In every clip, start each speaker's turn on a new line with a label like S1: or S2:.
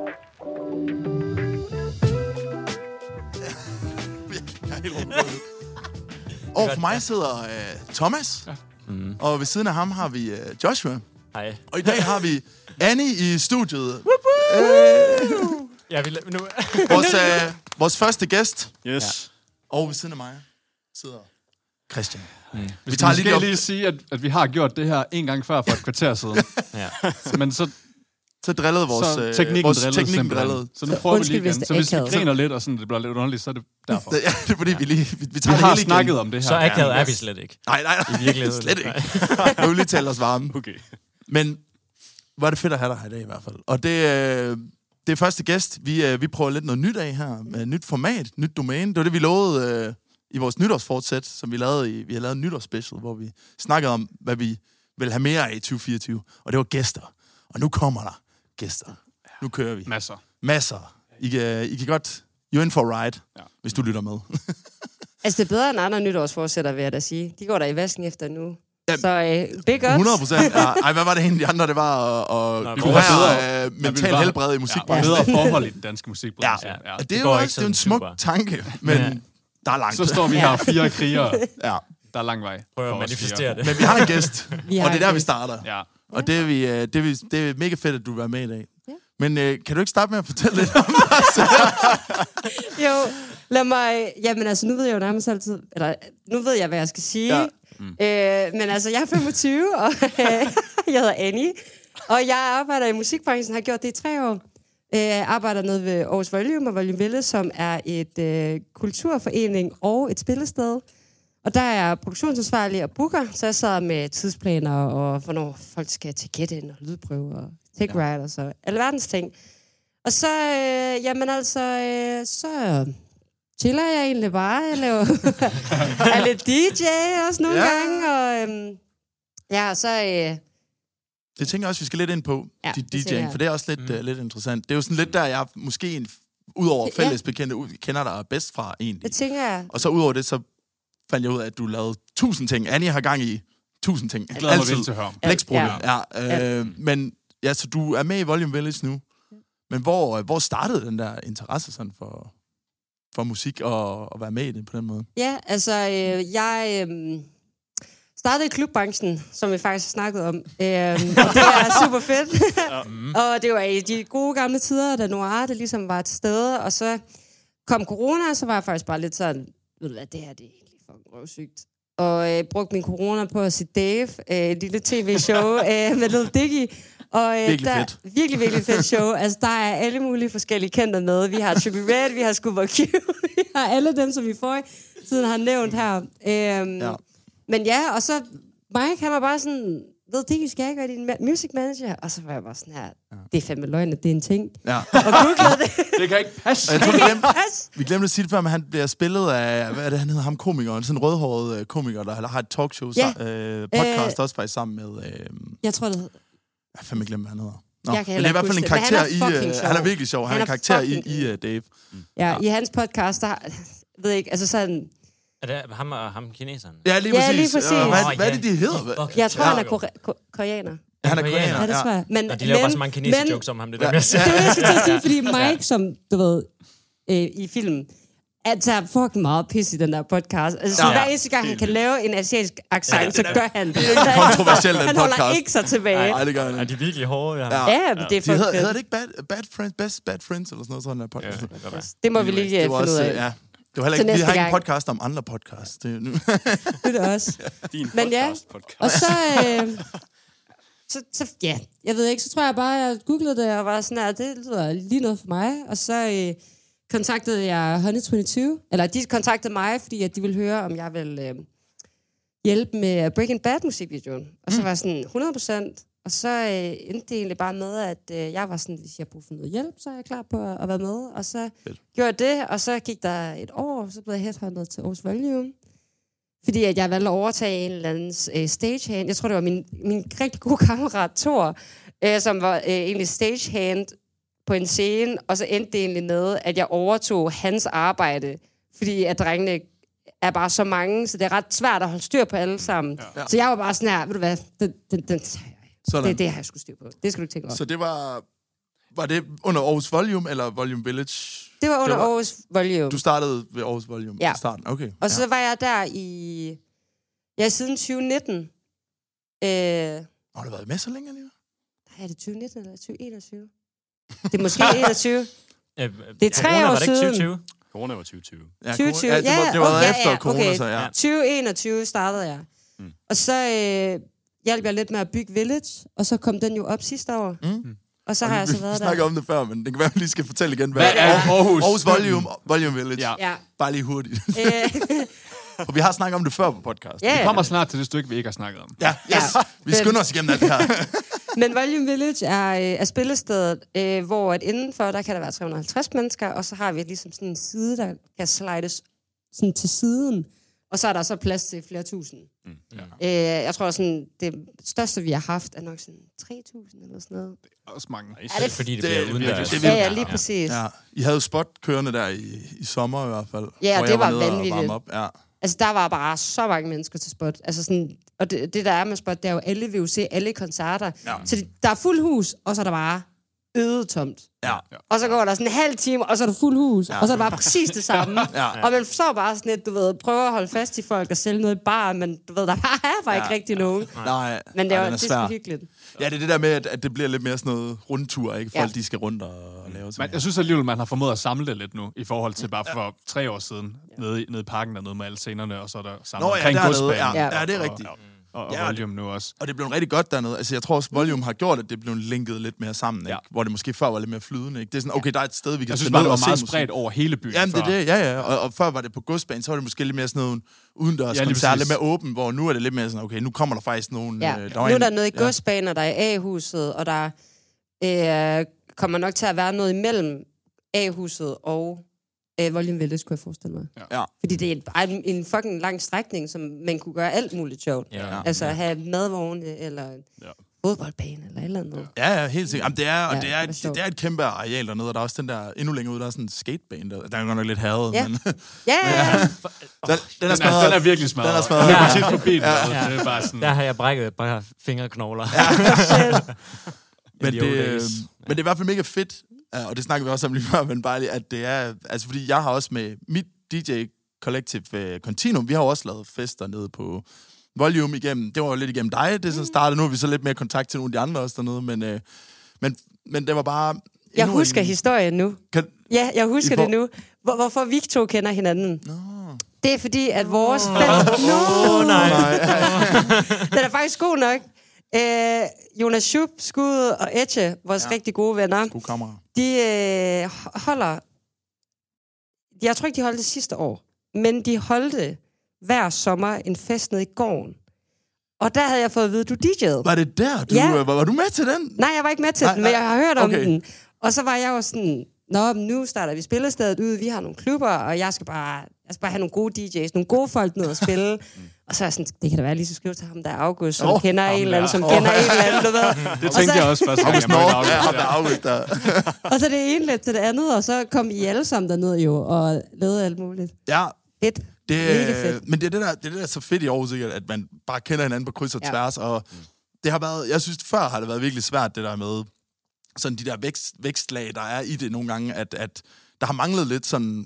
S1: Over for mig sidder øh, Thomas, mm. og ved siden af ham har vi øh, Joshua.
S2: Hej.
S1: Og i dag har vi Annie i studiet.
S2: Jeg vil, nu,
S1: Vores, øh, vores første gæst.
S3: Yes.
S1: Og ved siden af mig sidder Christian.
S4: Mm. Vi,
S1: tager lige
S4: skal lige,
S1: det op.
S4: lige sige, at, at vi har gjort det her en gang før for et kvarter siden.
S2: ja.
S4: Men så,
S1: Så drillede vores,
S4: så
S1: øh,
S4: teknikken
S1: vores
S4: drillede
S1: teknikken
S4: simpelthen.
S1: drillede.
S4: Så nu prøver
S5: Undskyld,
S4: vi lige
S5: hvis
S4: igen.
S5: det
S4: Så hvis vi
S5: akavet.
S4: griner lidt, og sådan, det bliver lidt underligt, så er det derfor.
S1: Det, ja, det er fordi, vi lige vi, vi
S4: Vi
S1: tager det
S4: har
S1: hele
S4: snakket
S1: igen.
S4: om det her.
S2: Så akavet er vi slet ikke.
S1: Nej, nej, nej.
S2: I virkeligheden.
S1: Slet ikke. Nu vil lige tale os varme.
S3: Okay.
S1: Men var det fedt at have dig her i dag i hvert fald. Og det, øh, det er første gæst. Vi, øh, vi prøver lidt noget nyt af her. Med nyt format, nyt domæne. Det var det, vi lovede øh, i vores nytårsfortsæt, som vi lavede i, vi har lavet en nytårsspecial, hvor vi snakkede om, hvad vi vil have mere af i 2024. Og det var gæster. Og nu kommer der gæster. Nu kører vi.
S4: Masser.
S1: Masser. I kan, I kan godt... You're in for a ride, ja.
S4: Ja.
S1: hvis du lytter med.
S5: Altså, det er bedre end andre nytårsforsætter, vil jeg da sige. De går der i vasken efter nu. så øh, big ups.
S1: 100 procent. Ja. Ej, hvad var det egentlig, de andre, det var at, at
S2: vi
S4: kunne have
S1: kurere øh,
S4: bedre- Ja, vi vil
S1: mental
S4: bare-
S1: helbred i
S4: Ja,
S1: musikbranchen.
S4: bedre forhold i den danske musikbranche.
S2: Ja.
S4: Ja. Ja.
S1: Og det,
S2: Det
S1: er jo
S2: går ikke
S1: også det er jo en
S2: sådan
S1: smuk
S2: super.
S1: tanke, men
S2: Ja.
S1: der er langt.
S4: Så står vi her fire krigere.
S1: ja.
S4: Der er lang vej.
S2: Prøv
S4: for
S2: at
S4: os
S2: manifestere
S4: fire.
S2: det.
S1: Men vi har en gæst,
S5: Vi har
S1: og det er
S5: en
S1: der, vi
S5: gæst.
S1: starter. Ja.
S4: Ja.
S1: Og det er, vi, øh, det, er vi, det er mega fedt, at du vil være med i dag. Ja.
S5: Ja.
S1: Men øh, kan du ikke starte med at fortælle lidt om
S5: Jo, lad mig... Jamen altså, nu ved jeg jo nærmest altid... Eller, nu ved jeg, hvad jeg skal sige.
S1: Ja.
S5: Ja. Mm. Øh, men altså, jeg er 25, og øh, jeg hedder Annie. Og jeg arbejder i musikbranchen, har gjort det i tre år. Øh, arbejder nede ved Aarhus Volume og Volume Ville, som er et øh, kulturforening og et spillested. Og der er jeg produktionsansvarlig og booker, så jeg sidder med tidsplaner og hvornår folk skal til get-in og lydprøver og take ja. riders og alverdens ting. Og så, øh, jamen altså, øh, så chiller jeg egentlig bare. Jeg laver er lidt DJ også nogle
S1: Ja.
S5: ja. gange. Og, øhm, ja, og så... Øh,
S1: Det tænker jeg også, vi skal lidt ind på, ja,
S5: Ja,
S1: dit
S5: det tænker
S1: DJ'ing,
S5: jeg.
S1: for det er også lidt, mm. uh, lidt interessant. Det er jo sådan lidt der, jeg måske en, udover
S5: Ja.
S1: fælles bekendte, ud- kender dig bedst fra
S5: det
S1: egentlig.
S5: tænker jeg...
S1: Og så udover det, så fandt jeg ud af, at du lavede tusind ting. Annie har gang i tusind ting.
S4: Jeg glæder mig virkelig til at høre om.
S1: Blæksprutte.
S5: Alt,
S1: Ja. ja øh, men ja, så du er med i Volume Village nu. Men hvor, øh, hvor startede den der interesse sådan for, for musik og at være med i det på den måde?
S5: Ja, altså, øh, jeg øh, startede i klubbranchen, som vi faktisk har snakket om. Øh, og det er super fedt. og det var i de gode gamle tider, da Noir det ligesom var til stede. Og så kom corona, og så var jeg faktisk bare lidt sådan, ved du hvad, det her det er egentlig fucking røvsygt. Og øh, brugte min corona på at se Dave, øh, et lille tv-show øh, med Lil Dicky. Og, øh,
S1: Virkelig
S5: der,
S1: fedt.
S5: Virkelig, virkelig fedt show. Altså, der er alle mulige forskellige kendte med. Vi har Trippie Red, vi har Scuba Q, vi har alle dem, som vi får tiden har nævnt her. Øhm,
S1: Ja.
S5: ja. Men ja, og så Mike, han var bare sådan, ved det, skal jeg gøre din ma- music manager? Og så var jeg bare sådan her, det er fandme løgn, at det er en ting.
S1: Ja.
S5: Og googlede det.
S4: Det kan ikke passe.
S1: Og jeg tror, vi glemte,
S5: Pas.
S1: vi glemte at sige det før, men han bliver spillet af, hvad er det, han hedder ham, komikeren, sådan en rødhåret øh, komiker, der har- har et talkshow,
S5: Ja.
S1: sa- øh, podcast også faktisk sammen med, øh, jeg
S5: Jeg tror, det hedder.
S1: har fandme glemt, hvad han hedder. Nå,
S5: Jeg kan
S1: men det er i
S5: heller
S1: hvert fald en
S5: ikke huske det, men
S1: karakter
S5: han
S1: i, øh,
S5: er fucking
S1: han er
S5: sjov.
S1: virkelig sjov, han,
S5: Han
S1: er en
S5: er
S1: karakter i,
S5: fucking-
S1: i uh, Dave.
S5: Ja, i hans podcast, der ved jeg ikke, altså sådan,
S2: Er det ham og ham kineseren?
S1: Ja, lige
S5: Ja,
S1: præcis.
S5: lige
S1: Og
S5: præcis.
S1: hvad,
S2: Åh,
S1: hvad er
S2: ja.
S1: det, de hedder? Hvad-
S2: Fucking
S5: jeg tror,
S2: sjov,
S5: han er
S2: jo.
S5: kore- ko- koreaner.
S1: Han er
S2: Koreaner.
S1: koreaner,
S5: Ja, det tror jeg. Men,
S2: Og de laver
S5: men-
S2: bare så mange kinesiske
S5: men-
S2: jokes om ham, det der med at sige.
S5: Det var det, jeg skulle til at sige, fordi Mike, som du ved, øh, i filmen, at tager fucking meget pis i den der podcast. Altså,
S1: Ja.
S5: ja. hver eneste gang, han kan lave en asiatisk accent, ja, så gør han det. Det
S1: virkelig kontroversiel, den
S5: Han holder
S1: podcast.
S5: ikke sig tilbage.
S1: Nej, det gør han
S2: Er
S1: ikke.
S2: de virkelig hårde, ja?
S1: Ja.
S5: Ja, det er
S1: De hedder,
S5: fucking
S1: hedder det
S5: fedt.
S1: ikke bad, bad Friends, Best Bad Friends, eller sådan noget sådan der podcast? Ja.
S5: Det må vi
S1: Altså,
S5: lige
S1: det
S5: øh,
S1: var
S5: finde ud
S1: også,
S5: af.
S1: ja. Det var heller
S5: Så
S1: ikke, vi
S5: næste
S1: har ikke en
S5: gang.
S1: podcast om andre podcasts. Det, er nu.
S5: Det er det også.
S3: Din
S5: Men ja.
S3: podcast, podcast.
S5: Og så, øh, så, så, ja, jeg ved ikke, så tror jeg bare, jeg googlede det, og var sådan her, det lyder lige noget for mig. Og så øh, kontaktede jeg Honey22, eller de kontaktede mig, fordi at de ville høre, om jeg ville øh, hjælpe med Breaking Bad musikvideoen. Og så var jeg sådan 100 procent. Og så øh, endte det egentlig bare med, at øh, jeg var sådan, hvis jeg bruger for noget hjælp, så er jeg klar på at, at være med. Og så
S1: Fedt.
S5: Fedt. gjorde jeg det, og så gik der et år, og så blev jeg headhunted til Aarhus Volume. Fordi at jeg valgte at overtage en eller anden øh, stagehand. Jeg tror, det var min, min rigtig gode kammerat, Thor, øh, som var øh, egentlig stagehand på en scene, og så endte det egentlig med, at jeg overtog hans arbejde, fordi at drengene er bare så mange, så det er ret svært at holde styr på alle sammen.
S1: Ja.
S5: Ja. Så jeg var bare sådan her, ved du hvad, den, den, den tager jeg.
S1: Sådan.
S5: Det, det har jeg skulle styr på. Det skal du ikke tænke over.
S1: Så det var... Var det under Aarhus Volume eller Volume Village?
S5: Det var under
S1: Det var-
S5: Aarhus Volume.
S1: Du startede ved Aarhus Volume
S5: Ja.
S1: i starten. Okay.
S5: Og så var jeg der i... Ja, siden Øh, 2019. Øh,
S1: Har du været med så længe alligevel?
S5: er det 2019 eller 2021? Det er måske 21.
S2: Øh,
S5: Det er tre
S2: corona,
S5: år
S2: var det ikke
S5: siden.
S2: 2020?
S4: Corona var 2020.
S1: Ja,
S5: 2020.
S1: corona- Ja, det var,
S5: Ja,
S1: det var
S5: okay, ja,
S1: efter
S5: ja,
S1: corona,
S5: okay.
S1: så ja.
S2: Ja.
S5: 2021 startede jeg.
S4: Mm.
S5: Mm. Og så øh, hjalp jeg lidt med at bygge Village, og så kom den jo op sidste år.
S1: Mm.
S5: Og så har jeg
S1: vi,
S5: så været
S1: vi
S5: der.
S1: snakker om det før, men det kan være, at vi lige skal fortælle igen. Hvad,
S4: Hvad er Aarhus?
S1: Aarhus Volume, Volume Village.
S4: Ja.
S5: Ja.
S1: Bare lige hurtigt.
S5: Øh,
S1: For vi har snakket om det før på podcast.
S5: ja,
S4: Vi
S5: ja.
S4: kommer snart til det stykke, vi ikke har snakket om.
S1: Ja, yes.
S5: Ja.
S1: Vi skynder os igennem alt det her.
S5: Men Volume Village er, øh, er spillestedet, øh, hvor at indenfor, der kan der være 350 mennesker, og så har vi ligesom sådan en side, der kan slides sådan til siden, og så er der så plads til flere tusind. Mm, ja. øh, jeg tror sådan, det største, vi har haft, er nok sådan 3.000 eller sådan noget.
S4: Også mange.
S5: Er det-
S2: Fordi det,
S1: det-
S2: bliver
S1: det-
S2: udendørs.
S1: det- det-
S5: Ja,
S1: vildt.
S5: ja, lige præcis. Ja.
S1: Ja. I havde jo spot kørende der i, i sommer i hvert fald.
S5: Ja,
S1: hvor
S5: det
S1: jeg
S5: var
S1: nede og
S5: vanvittigt.
S1: varme Op. Ja.
S5: Altså, der var bare så mange mennesker til spot. Altså sådan, og det, det, der er med spot, det er jo alle vil jo se alle koncerter.
S1: Ja.
S5: Så det, der er fuld hus, og så er der bare øde tomt.
S1: Ja.
S5: Og så går der sådan en halv time, og så er der fuld hus. Ja. Og så er det bare præcis det samme.
S1: Ja.
S5: Og man står bare sådan lidt, du ved, prøver at holde fast i folk og sælge noget i bar, men du ved, der bare er bare ikke
S1: Ja.
S5: rigtig nogen.
S1: Nej,
S5: Men det,
S1: Ej,
S5: var,
S1: den
S5: det er
S1: svær.
S5: sgu hyggeligt.
S1: Ja, det er det der med, at, at det bliver lidt mere sådan noget rundtur, ikke?
S5: Ja.
S1: Folk, de skal rundt og, og lave
S4: Men
S1: sådan
S4: jeg synes alligevel, Mm. man har formået at samle det lidt nu, i forhold til bare for tre år siden, nede, i- nede i parken dernede med alle scenerne, og så er der samlet
S1: Nå, ja,
S4: omkring
S1: dernede,
S4: godsbanen.
S1: ja. Ja, det er
S4: og-
S1: rigtigt.
S4: Og, og, og
S1: Ja, det-
S4: volume nu også.
S1: Og det blev rigtig godt dernede. Altså, jeg tror også, Volume har gjort, at det blev linket lidt mere sammen, ikke?
S4: Ja.
S1: Hvor det måske før var lidt mere flydende, ikke? Det er sådan, okay, der er et sted, vi kan
S4: Jeg synes
S1: tage
S4: bare,
S1: ned og
S4: det var
S1: se
S4: meget
S1: musik.
S4: spredt over hele byen
S1: Jamen, det er
S4: før.
S1: det, ja, ja. Og, og før var det på godsbanen, så var det måske lidt mere sådan noget udendørs
S4: Ja,
S1: ja,
S4: lige
S1: koncert, lidt
S4: præcis.
S1: mere åben, hvor nu er det lidt mere sådan, okay, nu kommer der faktisk nogen...
S5: Ja.
S1: øh,
S5: nu er der noget i godsbaner, der er i A-huset, og der øh, kommer nok til at være noget imellem A-huset og øh, Volume Village, kunne jeg forestille mig.
S1: Ja.
S5: Fordi det er en, ej, en fucking lang strækning, som man kunne gøre alt muligt sjovt.
S2: Ja.
S5: Altså have madvogne, eller en
S4: Ja.
S5: fodboldbane, eller et eller andet.
S1: Ja, ja, helt sikkert. Jamen, det er, og
S5: Ja,
S1: det,
S5: det
S1: er,
S5: er
S1: det,
S5: sjovt.
S1: det er et kæmpe areal dernede, og der er også den der, endnu længere ude, der er sådan en skatebane, der, der er godt nok lidt havet,
S5: Ja.
S1: men den,
S5: Ja, ja,
S1: den, den,
S5: ja.
S1: er
S4: Den er,
S1: smadret.
S4: den er virkelig smadret.
S1: Den er smadret.
S4: Jeg kunne tit forbi den. Ja. Det er bare
S2: Der
S4: sådan...
S2: har jeg brækket et par fingerknogler.
S1: men,
S2: In the old
S1: det, øh,
S2: days.
S1: men det er i hvert fald mega fedt, øh, og det snakker vi også om lige før, men bare lige, at det er... Altså, fordi jeg har også med mit DJ Collective øh, Continuum, vi har jo også lavet fester nede på Volume igennem. Det var jo lidt igennem dig, det
S5: Mm.
S1: så startede. Nu har vi så lidt mere kontakt til nogle af de andre også dernede, men, øh, men, men det var bare...
S5: Jeg
S1: endnu en-
S5: husker historien nu.
S1: Kan,
S5: Ja, jeg husker
S1: I får-
S5: det nu. Hvor, hvorfor vi to kender hinanden. No. Det er fordi, at vores fælles... No. Den er faktisk god nok. Øh, Jonas Schupp, Skud og Etche, vores ja. rigtig gode venner,
S1: god kammerat.
S5: de øh, ho- holder... Jeg tror ikke, de holdt det sidste år, men de holdt det hver sommer en fest nede i gården. Og der havde jeg fået at vide, du DJ'ede.
S1: Var det der? Du,
S5: Ja.
S1: øh, var, var du med til den?
S5: Nej, jeg var ikke med til
S1: Nej,
S5: nej,
S1: nej.
S5: den, men jeg har hørt om
S1: Okay.
S5: okay. den. Og så var jeg jo sådan, nå, men nu starter vi spillestedet ud, vi har nogle klubber, og jeg skal bare, jeg skal bare have nogle gode DJ's, nogle gode folk ned og spille. og så er jeg sådan, det kan da være, jeg lige så skrive til ham, der er August, som
S1: Mm. Åh,
S5: oh, kender en
S4: ham
S5: eller anden,
S4: der.
S5: som
S1: Åh.
S5: kender en eller anden, du ved.
S4: Det
S5: Og så-
S4: tænkte jeg også første gang, jeg
S1: August
S4: mødte
S1: North, ja, ham
S4: August.
S1: der
S4: Ja.
S1: August der.
S5: Og så det ene lidt til det andet, og så kom I alle sammen derned jo, og lavede alt muligt.
S1: Ja,
S5: Fedt.
S1: det, øh,
S5: Mega fedt.
S1: men det er det, der, det er det, der er så fedt i Aarhus, ikke? at man bare kender hinanden på kryds og
S5: Ja.
S1: tværs, og det har været, jeg synes, før har det været virkelig svært, det der med sådan de der vækst, vækstlag, der er i det nogle gange, at, at der har manglet lidt sådan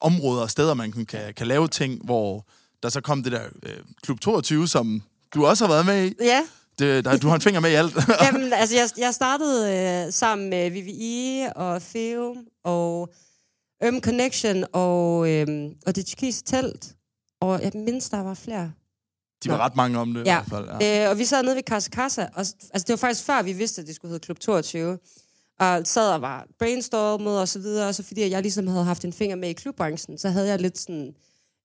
S1: områder og steder, man kan, kan, kan lave ting, hvor der så kom det der øh, Klub 22, som du også har været med i.
S5: Ja,
S1: Det, der, du har en finger med i alt.
S5: Jamen, altså, jeg, jeg startede øh, sammen med VVI og Feum og Øm Connection og, øh, og det tyrkiske telt. Og jeg mindst, der var flere.
S1: De var ret mange om det i
S5: Ja.
S1: hvert fald. Ja.
S5: Ja. Øh, og vi sad nede ved Casa Casa, og s- altså, det var faktisk før, vi vidste, at det skulle hedde Klub 22. Og sad og var brainstormet og så videre, og så fordi jeg ligesom havde haft en finger med i klubbranchen, så havde jeg lidt sådan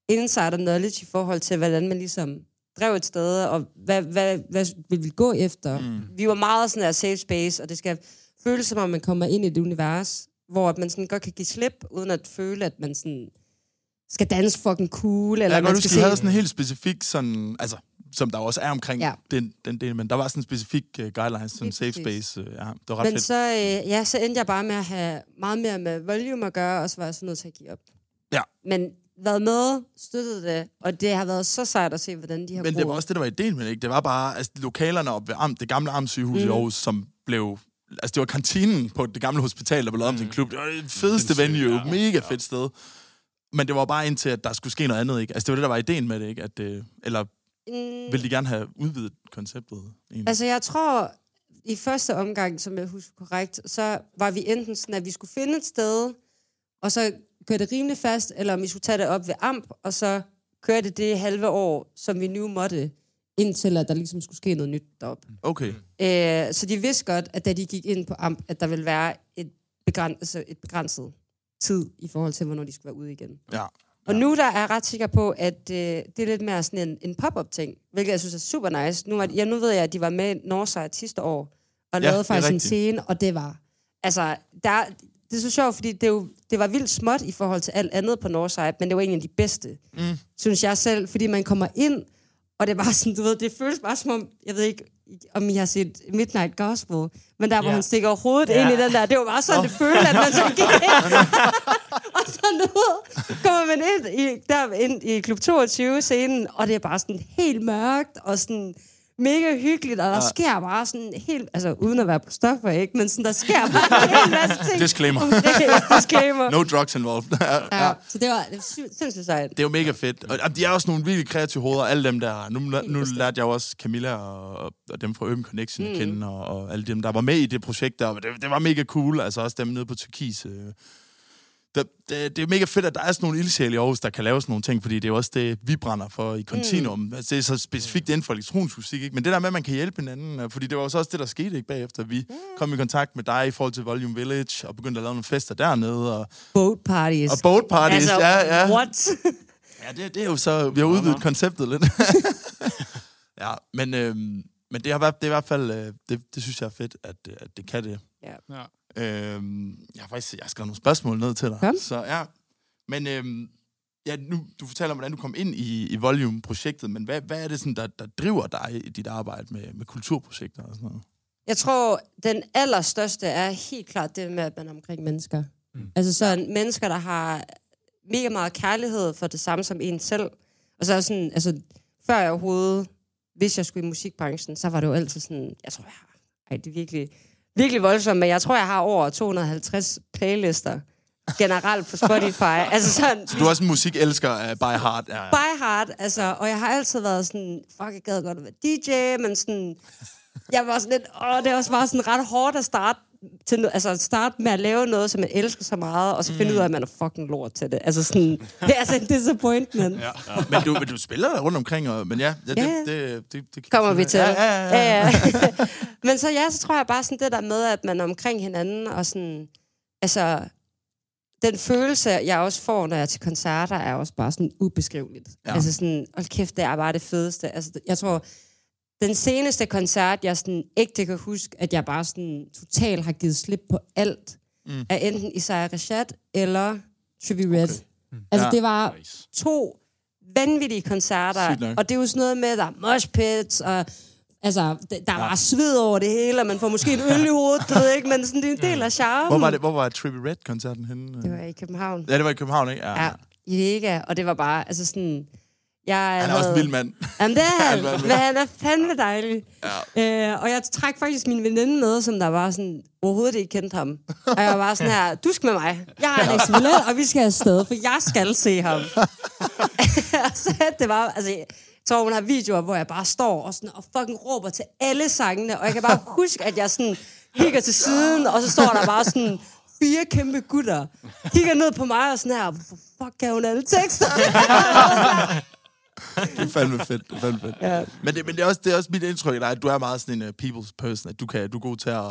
S5: insider knowledge i forhold til, hvordan man ligesom drev et sted, og hvad, hvad, hvad ville vi gå efter. Mm. Vi var meget sådan der safe space, og det skal føles som om, man kommer ind i et univers, hvor at man sådan godt kan give slip, uden at føle, at man sådan skal danse fucking cool,
S1: Eller
S5: eller
S1: jeg kan
S5: man
S1: godt
S5: skal
S1: huske, I havde sådan en helt specifik sådan, altså, som der jo også er omkring ja.
S5: Ja.
S1: den, den del, men der var sådan en specifik uh, guidelines, sådan
S5: Lige
S1: safe
S5: præcis.
S1: space, uh, ja, det var ret
S5: Men
S1: fedt.
S5: så, øh, ja, så endte jeg bare med at have meget mere med volume at gøre, og så var jeg så nødt til at give op.
S1: Ja.
S5: Men været med, støttede det, og det har været så sejt at se, hvordan de har
S1: Men det var også det, der var ideen med det, ikke? Det var bare, altså lokalerne op ved Amt, det gamle Amtssygehus mm. i Aarhus, som blev altså det var kantinen på det gamle hospital, der blev lavet om til en klub. Det var det fedeste venue, ja. mega Mm. fedt sted. Men det var bare indtil, at der skulle ske noget andet, ikke? Altså det var det, der var ideen med det, ikke? At, øh, eller
S5: Mm,
S1: ville de gerne have udvidet konceptet? Egentlig?
S5: Altså, jeg tror, i første omgang, som jeg husker korrekt, så var vi enten sådan, at vi skulle finde et sted, og så køre det rimelig fast, eller om vi skulle tage det op ved AMP, og så kørte det det halve år, som vi nu måtte, indtil at der ligesom skulle ske noget nyt derop.
S1: Okay.
S5: Øh, så de vidste godt, at da de gik ind på AMP, at der ville være et, begræn, altså et begrænset tid i forhold til, hvornår de skulle være ude igen.
S1: Ja.
S5: Og nu der er jeg ret sikker på, at øh, det er lidt mere sådan en, en pop-up-ting, hvilket jeg synes er super nice. Nu, var, ja, nu ved jeg, at de var med i Northside sidste år, og
S1: Ja,
S5: ja, lavede
S1: det er
S5: faktisk en
S1: rigtigt.
S5: scene, og det var... Altså, der, det er så sjovt, fordi det, er jo, det var vildt småt i forhold til alt andet på Northside, men det var en af de bedste, mm. synes jeg selv, fordi man kommer ind, og det er bare sådan, du ved, det føles bare som om, jeg ved ikke, om I har set Midnight Gospel, men der, hvor
S2: Ja.
S5: han stikker hovedet
S2: Ja.
S5: ind i den der, det var bare sådan, det føltes, at man så gik ind og sådan noget. Kommer man ind i, der, ind i klub 22-scenen, og det er bare sådan helt mørkt, og sådan mega hyggeligt, og der sker bare sådan helt, altså uden at være på stoffer, ikke? Men sådan, der sker bare en hel masse ting.
S1: Disclaimer.
S5: omkring- Disclaimer.
S1: No drugs involved. ja.
S5: Ja, så det var, det var sy- sindssygt sejt.
S1: Det er jo mega fedt. Og jamen, de er også nogle virkelig kreative hoveder, alle dem der. Nu, nu
S5: bestemt.
S1: lærte jeg jo også Camilla og, og dem fra Urban Connection mm. at kende, og, og alle dem, der var med i det projekt der. Og Det, det var mega cool, altså også dem nede på Tyrkis. Øh. Det, det, det er mega fedt, at der er sådan nogle ildsjæle i Aarhus, der kan lave sådan nogle ting, fordi det er jo også det, vi brænder for i Continuum. Mm. Altså, det er så specifikt inden for elektronisk musik, ikke? men det der med, at man kan hjælpe hinanden, øh, fordi det var jo så også det, der skete ikke bagefter. Vi
S5: Mm.
S1: kom i kontakt med dig i forhold til Volume Village, og begyndte at lave nogle fester dernede, og,
S5: Boat parties.
S1: og boat parties.
S5: altså,
S1: ja, ja.
S5: what?
S1: Ja, det, det er jo så... Vi har udvidet konceptet lidt. ja, men, øhm, men det, har været, det er i hvert fald... Øh, det, det synes jeg er fedt, at, øh, at det kan det.
S5: ja.
S4: Ja.
S1: Øhm, jeg har faktisk jeg har skrevet nogle spørgsmål ned til dig.
S5: Kom.
S1: Så ja. Men øhm, ja, nu, du fortæller om, hvordan du kom ind i, i Volume-projektet, men hvad, hvad er det, sådan, der, der driver dig i dit arbejde med, med kulturprojekter og sådan noget?
S5: Jeg tror, den allerstørste er helt klart det med, at man er omkring mennesker. Mm. Altså sådan mennesker, der har mega meget kærlighed for det samme som en selv. Og så er sådan, altså, før jeg overhovedet, hvis jeg skulle i musikbranchen, så var det jo altid sådan, jeg tror, jeg har, ej, det er virkelig, virkelig voldsomt, men jeg tror, jeg har over 250 playlister generelt på Spotify. altså sådan,
S1: Du er også en musikelsker af By Heart. Ja, ja.
S5: by heart, altså, og jeg har altid været sådan, fuck, jeg gad godt at være DJ, men sådan, jeg var sådan lidt, åh, det er også bare sådan ret hårdt at starte, til, no- altså at starte med at lave noget, som man elsker så meget, og så
S1: Mm.
S5: finde ud af, at man er fucking lort til det. Altså sådan, det er altså en disappointment. Ja.
S1: Men, du, men du spiller der rundt omkring, og, men ja, ja, det,
S5: Ja.
S1: det, det, det, det
S5: Kommer vi til.
S1: Ja, ja, ja. ja.
S5: ja. men så ja, så tror jeg bare sådan det der med, at man er omkring hinanden, og sådan, altså, den følelse, jeg også får, når jeg er til koncerter, er også bare sådan ubeskriveligt.
S1: Ja.
S5: Ja. Altså sådan, hold kæft, det er bare det fedeste. Altså, jeg tror, den seneste koncert, jeg sådan ægte kan huske, at jeg bare sådan totalt har givet slip på alt, mm. er enten Isaiah Rashad eller Trippie Red. Okay. Altså,
S1: Mm. Ja.
S5: det var
S4: Nice.
S5: to vanvittige
S1: Sygt
S5: koncerter,
S1: nok.
S5: og det er jo sådan noget med, der er mosh pits, og altså, d- der var sved over det hele, og man får måske en øl i hovedet, du ved ikke, men sådan, det er en del af charmen.
S1: Hvor var, det, hvor var Trippie Red-koncerten henne?
S5: Det var i København.
S1: Ja, det var i København, ikke?
S5: Ja, i Vega, og det var bare, altså sådan... Jeg
S1: Han er også en vild mand.
S5: Jamen, det er han,
S1: Han er en vild
S5: men han er fandme dejlig. Ja. Øh, og jeg trak faktisk min veninde med, som der var sådan, overhovedet ikke kendte ham. Og jeg var bare sådan her, du skal med mig. Jeg har Alex Millet, og vi skal afsted, for jeg skal se ham. så det var, altså, jeg tror, hun har videoer, hvor jeg bare står og, sådan, og fucking råber til alle sangene, og jeg kan bare huske, at jeg sådan kigger til siden, og så står der bare sådan fire kæmpe gutter, kigger ned på mig og sådan her, hvorfor fuck kan hun alle tekster?
S1: Det er fandme fedt. Det er fandme fedt. Ja. Men, det, men det, er også, det er også mit indtryk af dig, at du er meget sådan en uh, people's person, at du, kan, du er god til at,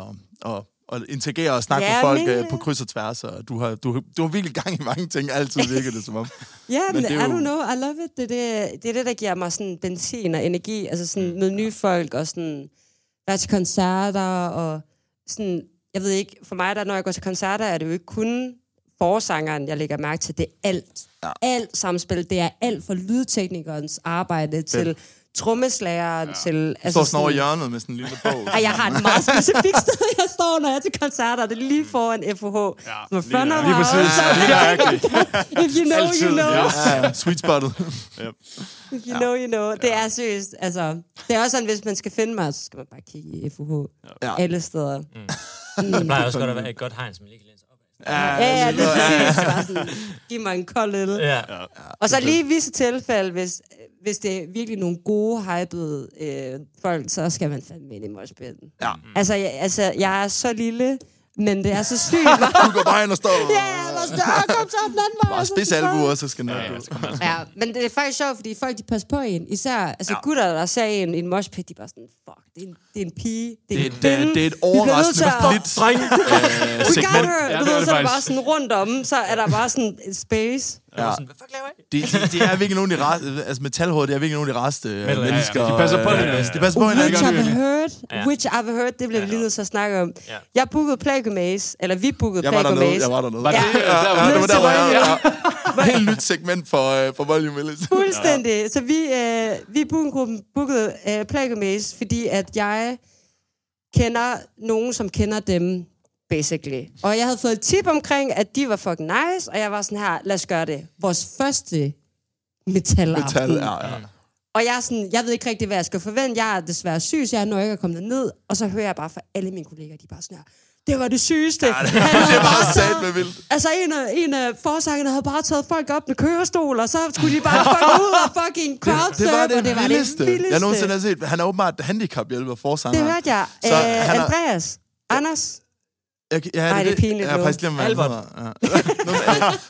S1: at, at interagere og snakke
S5: Ja,
S1: med folk
S5: men-
S1: uh, på kryds og tværs, og du har, du, har- du har virkelig gang i mange ting, altid virker det som om.
S5: Ja,
S1: Men
S5: men
S1: det er
S5: I
S1: jo-
S5: don't know, I love it. Det er det, det er det, der giver mig sådan benzin og energi. Altså
S1: Mm.
S5: sådan møde nye folk og sådan være til koncerter og sådan... Jeg ved ikke, for mig, der, når jeg går til koncerter, er det jo ikke kun forsangeren, jeg lægger mærke til. Det er alt.
S1: Ja.
S5: Ja. Alt samspil. Det er alt fra lydteknikernes arbejde til trommeslageren ja. til...
S1: Du står sådan over i hjørnet med sådan en lille bog.
S5: og jeg har et meget specifikt sted, jeg står, når jeg er til koncerter. Det er lige foran FOH. Ja, som er
S4: lige
S5: front
S4: der.
S5: of
S4: Lige
S5: house.
S4: præcis.
S5: If you know, you
S4: Altid,
S5: know.
S4: ja.
S1: Ja, sweet spottet.
S5: If you know, you know. Det er seriøst. Altså, det er også sådan, hvis man skal finde mig, så skal man bare kigge i FUH.
S1: Ja.
S5: Ja. Alle steder. Mm.
S2: Det plejer også godt at være et godt hegn, som lige kan læne sig op.
S5: Ja, ja, det er bare sådan, giv mig en kold øl.
S2: Ja.
S5: Og så lige i visse tilfælde, hvis, hvis det er virkelig nogle gode, hypede øh, folk, så skal man fandme ind i moshpitten.
S1: Ja.
S5: Altså, jeg, altså, jeg er så lille, men det er så sygt varmt.
S1: Du går bare ind og står
S5: Ja, jeg var sådan, "Åh, kom så op den anden vej.
S1: og
S5: og så
S1: spids
S5: skal du
S1: albuer, så skal den nok
S4: ja,
S1: gå.
S4: så kan man-
S5: Ja, men det er faktisk sjovt, fordi folk, de passer på en. Især altså, ja. gutter, der ser en i en moshpit, de er bare sådan, fuck, det er en, det er en pige, det er en
S1: Det er,
S5: kvinde.
S1: det er et
S5: Vi bliver nødt
S1: overraskende
S5: til at-
S1: blidt dreng, øh,
S5: We got
S1: segment.
S5: her!
S4: Ja,
S5: du
S4: det er
S5: ved,
S4: det
S5: så er der
S4: faktisk.
S5: bare sådan rundt om, så er der bare sådan et space.
S2: Ja. Sådan, hvad fuck laver I?
S1: Det, det, det er virkelig nogle af de rareste, altså metalhår, det er virkelig nogle af de rareste øh,
S2: ja,
S1: mennesker.
S4: men de passer på
S1: øh,
S4: hinanden.
S1: De passer på hinanden.
S5: Which
S4: gør vi
S5: I've
S4: virkelig.
S5: heard,
S2: Ja.
S5: which I've heard, det bliver vi lige nødt til at snakke om.
S2: Ja.
S5: Jeg bookede Plague Maze, eller vi bookede
S1: Jeg var
S5: Plague
S1: dernede,
S5: Maze.
S1: jeg var dernede.
S4: Var det,
S5: Ja.
S4: øh, der, var,
S1: Ja, det
S5: Ned
S1: var
S5: til
S1: der, hvor
S5: Volume.
S1: jeg ja. Helt nyt segment for, øh, for Volume Willis.
S5: Fuldstændig. Så vi, øh, vi i bookinggruppen bookede øh, Plague Maze, fordi at jeg kender nogen, som kender dem, basically. Og jeg havde fået et tip omkring, at de var fucking nice, og jeg var sådan her, lad os gøre det. Vores første metalaften.
S1: Metal, ja, ja.
S5: Og jeg, er sådan, jeg ved ikke rigtig, hvad jeg skal forvente. Jeg er desværre syg, så jeg når ikke at komme ned. Og så hører jeg bare fra alle mine kolleger, de er bare sådan her, det var det sygeste. Ja, det,
S1: Det var sat med vildt.
S5: Altså, en af, en af forsangerne havde bare taget folk op med kørestol, og så skulle de bare fucking ud og fucking crowdsurf,
S1: Det var det,
S5: og det var
S1: vildeste,
S5: det vildeste.
S1: jeg nogensinde har set. Han er åbenbart handicaphjælper forsanger.
S5: Det hørte jeg.
S1: Så
S5: Så,
S1: han
S5: øh,
S1: har-
S5: Andreas, Anders,
S1: Jeg, ja,
S5: Ej, det er pinligt
S1: Jeg har
S5: nu.
S1: faktisk glemt, hvad
S2: Albert.
S1: han hedder. Ja. Nu-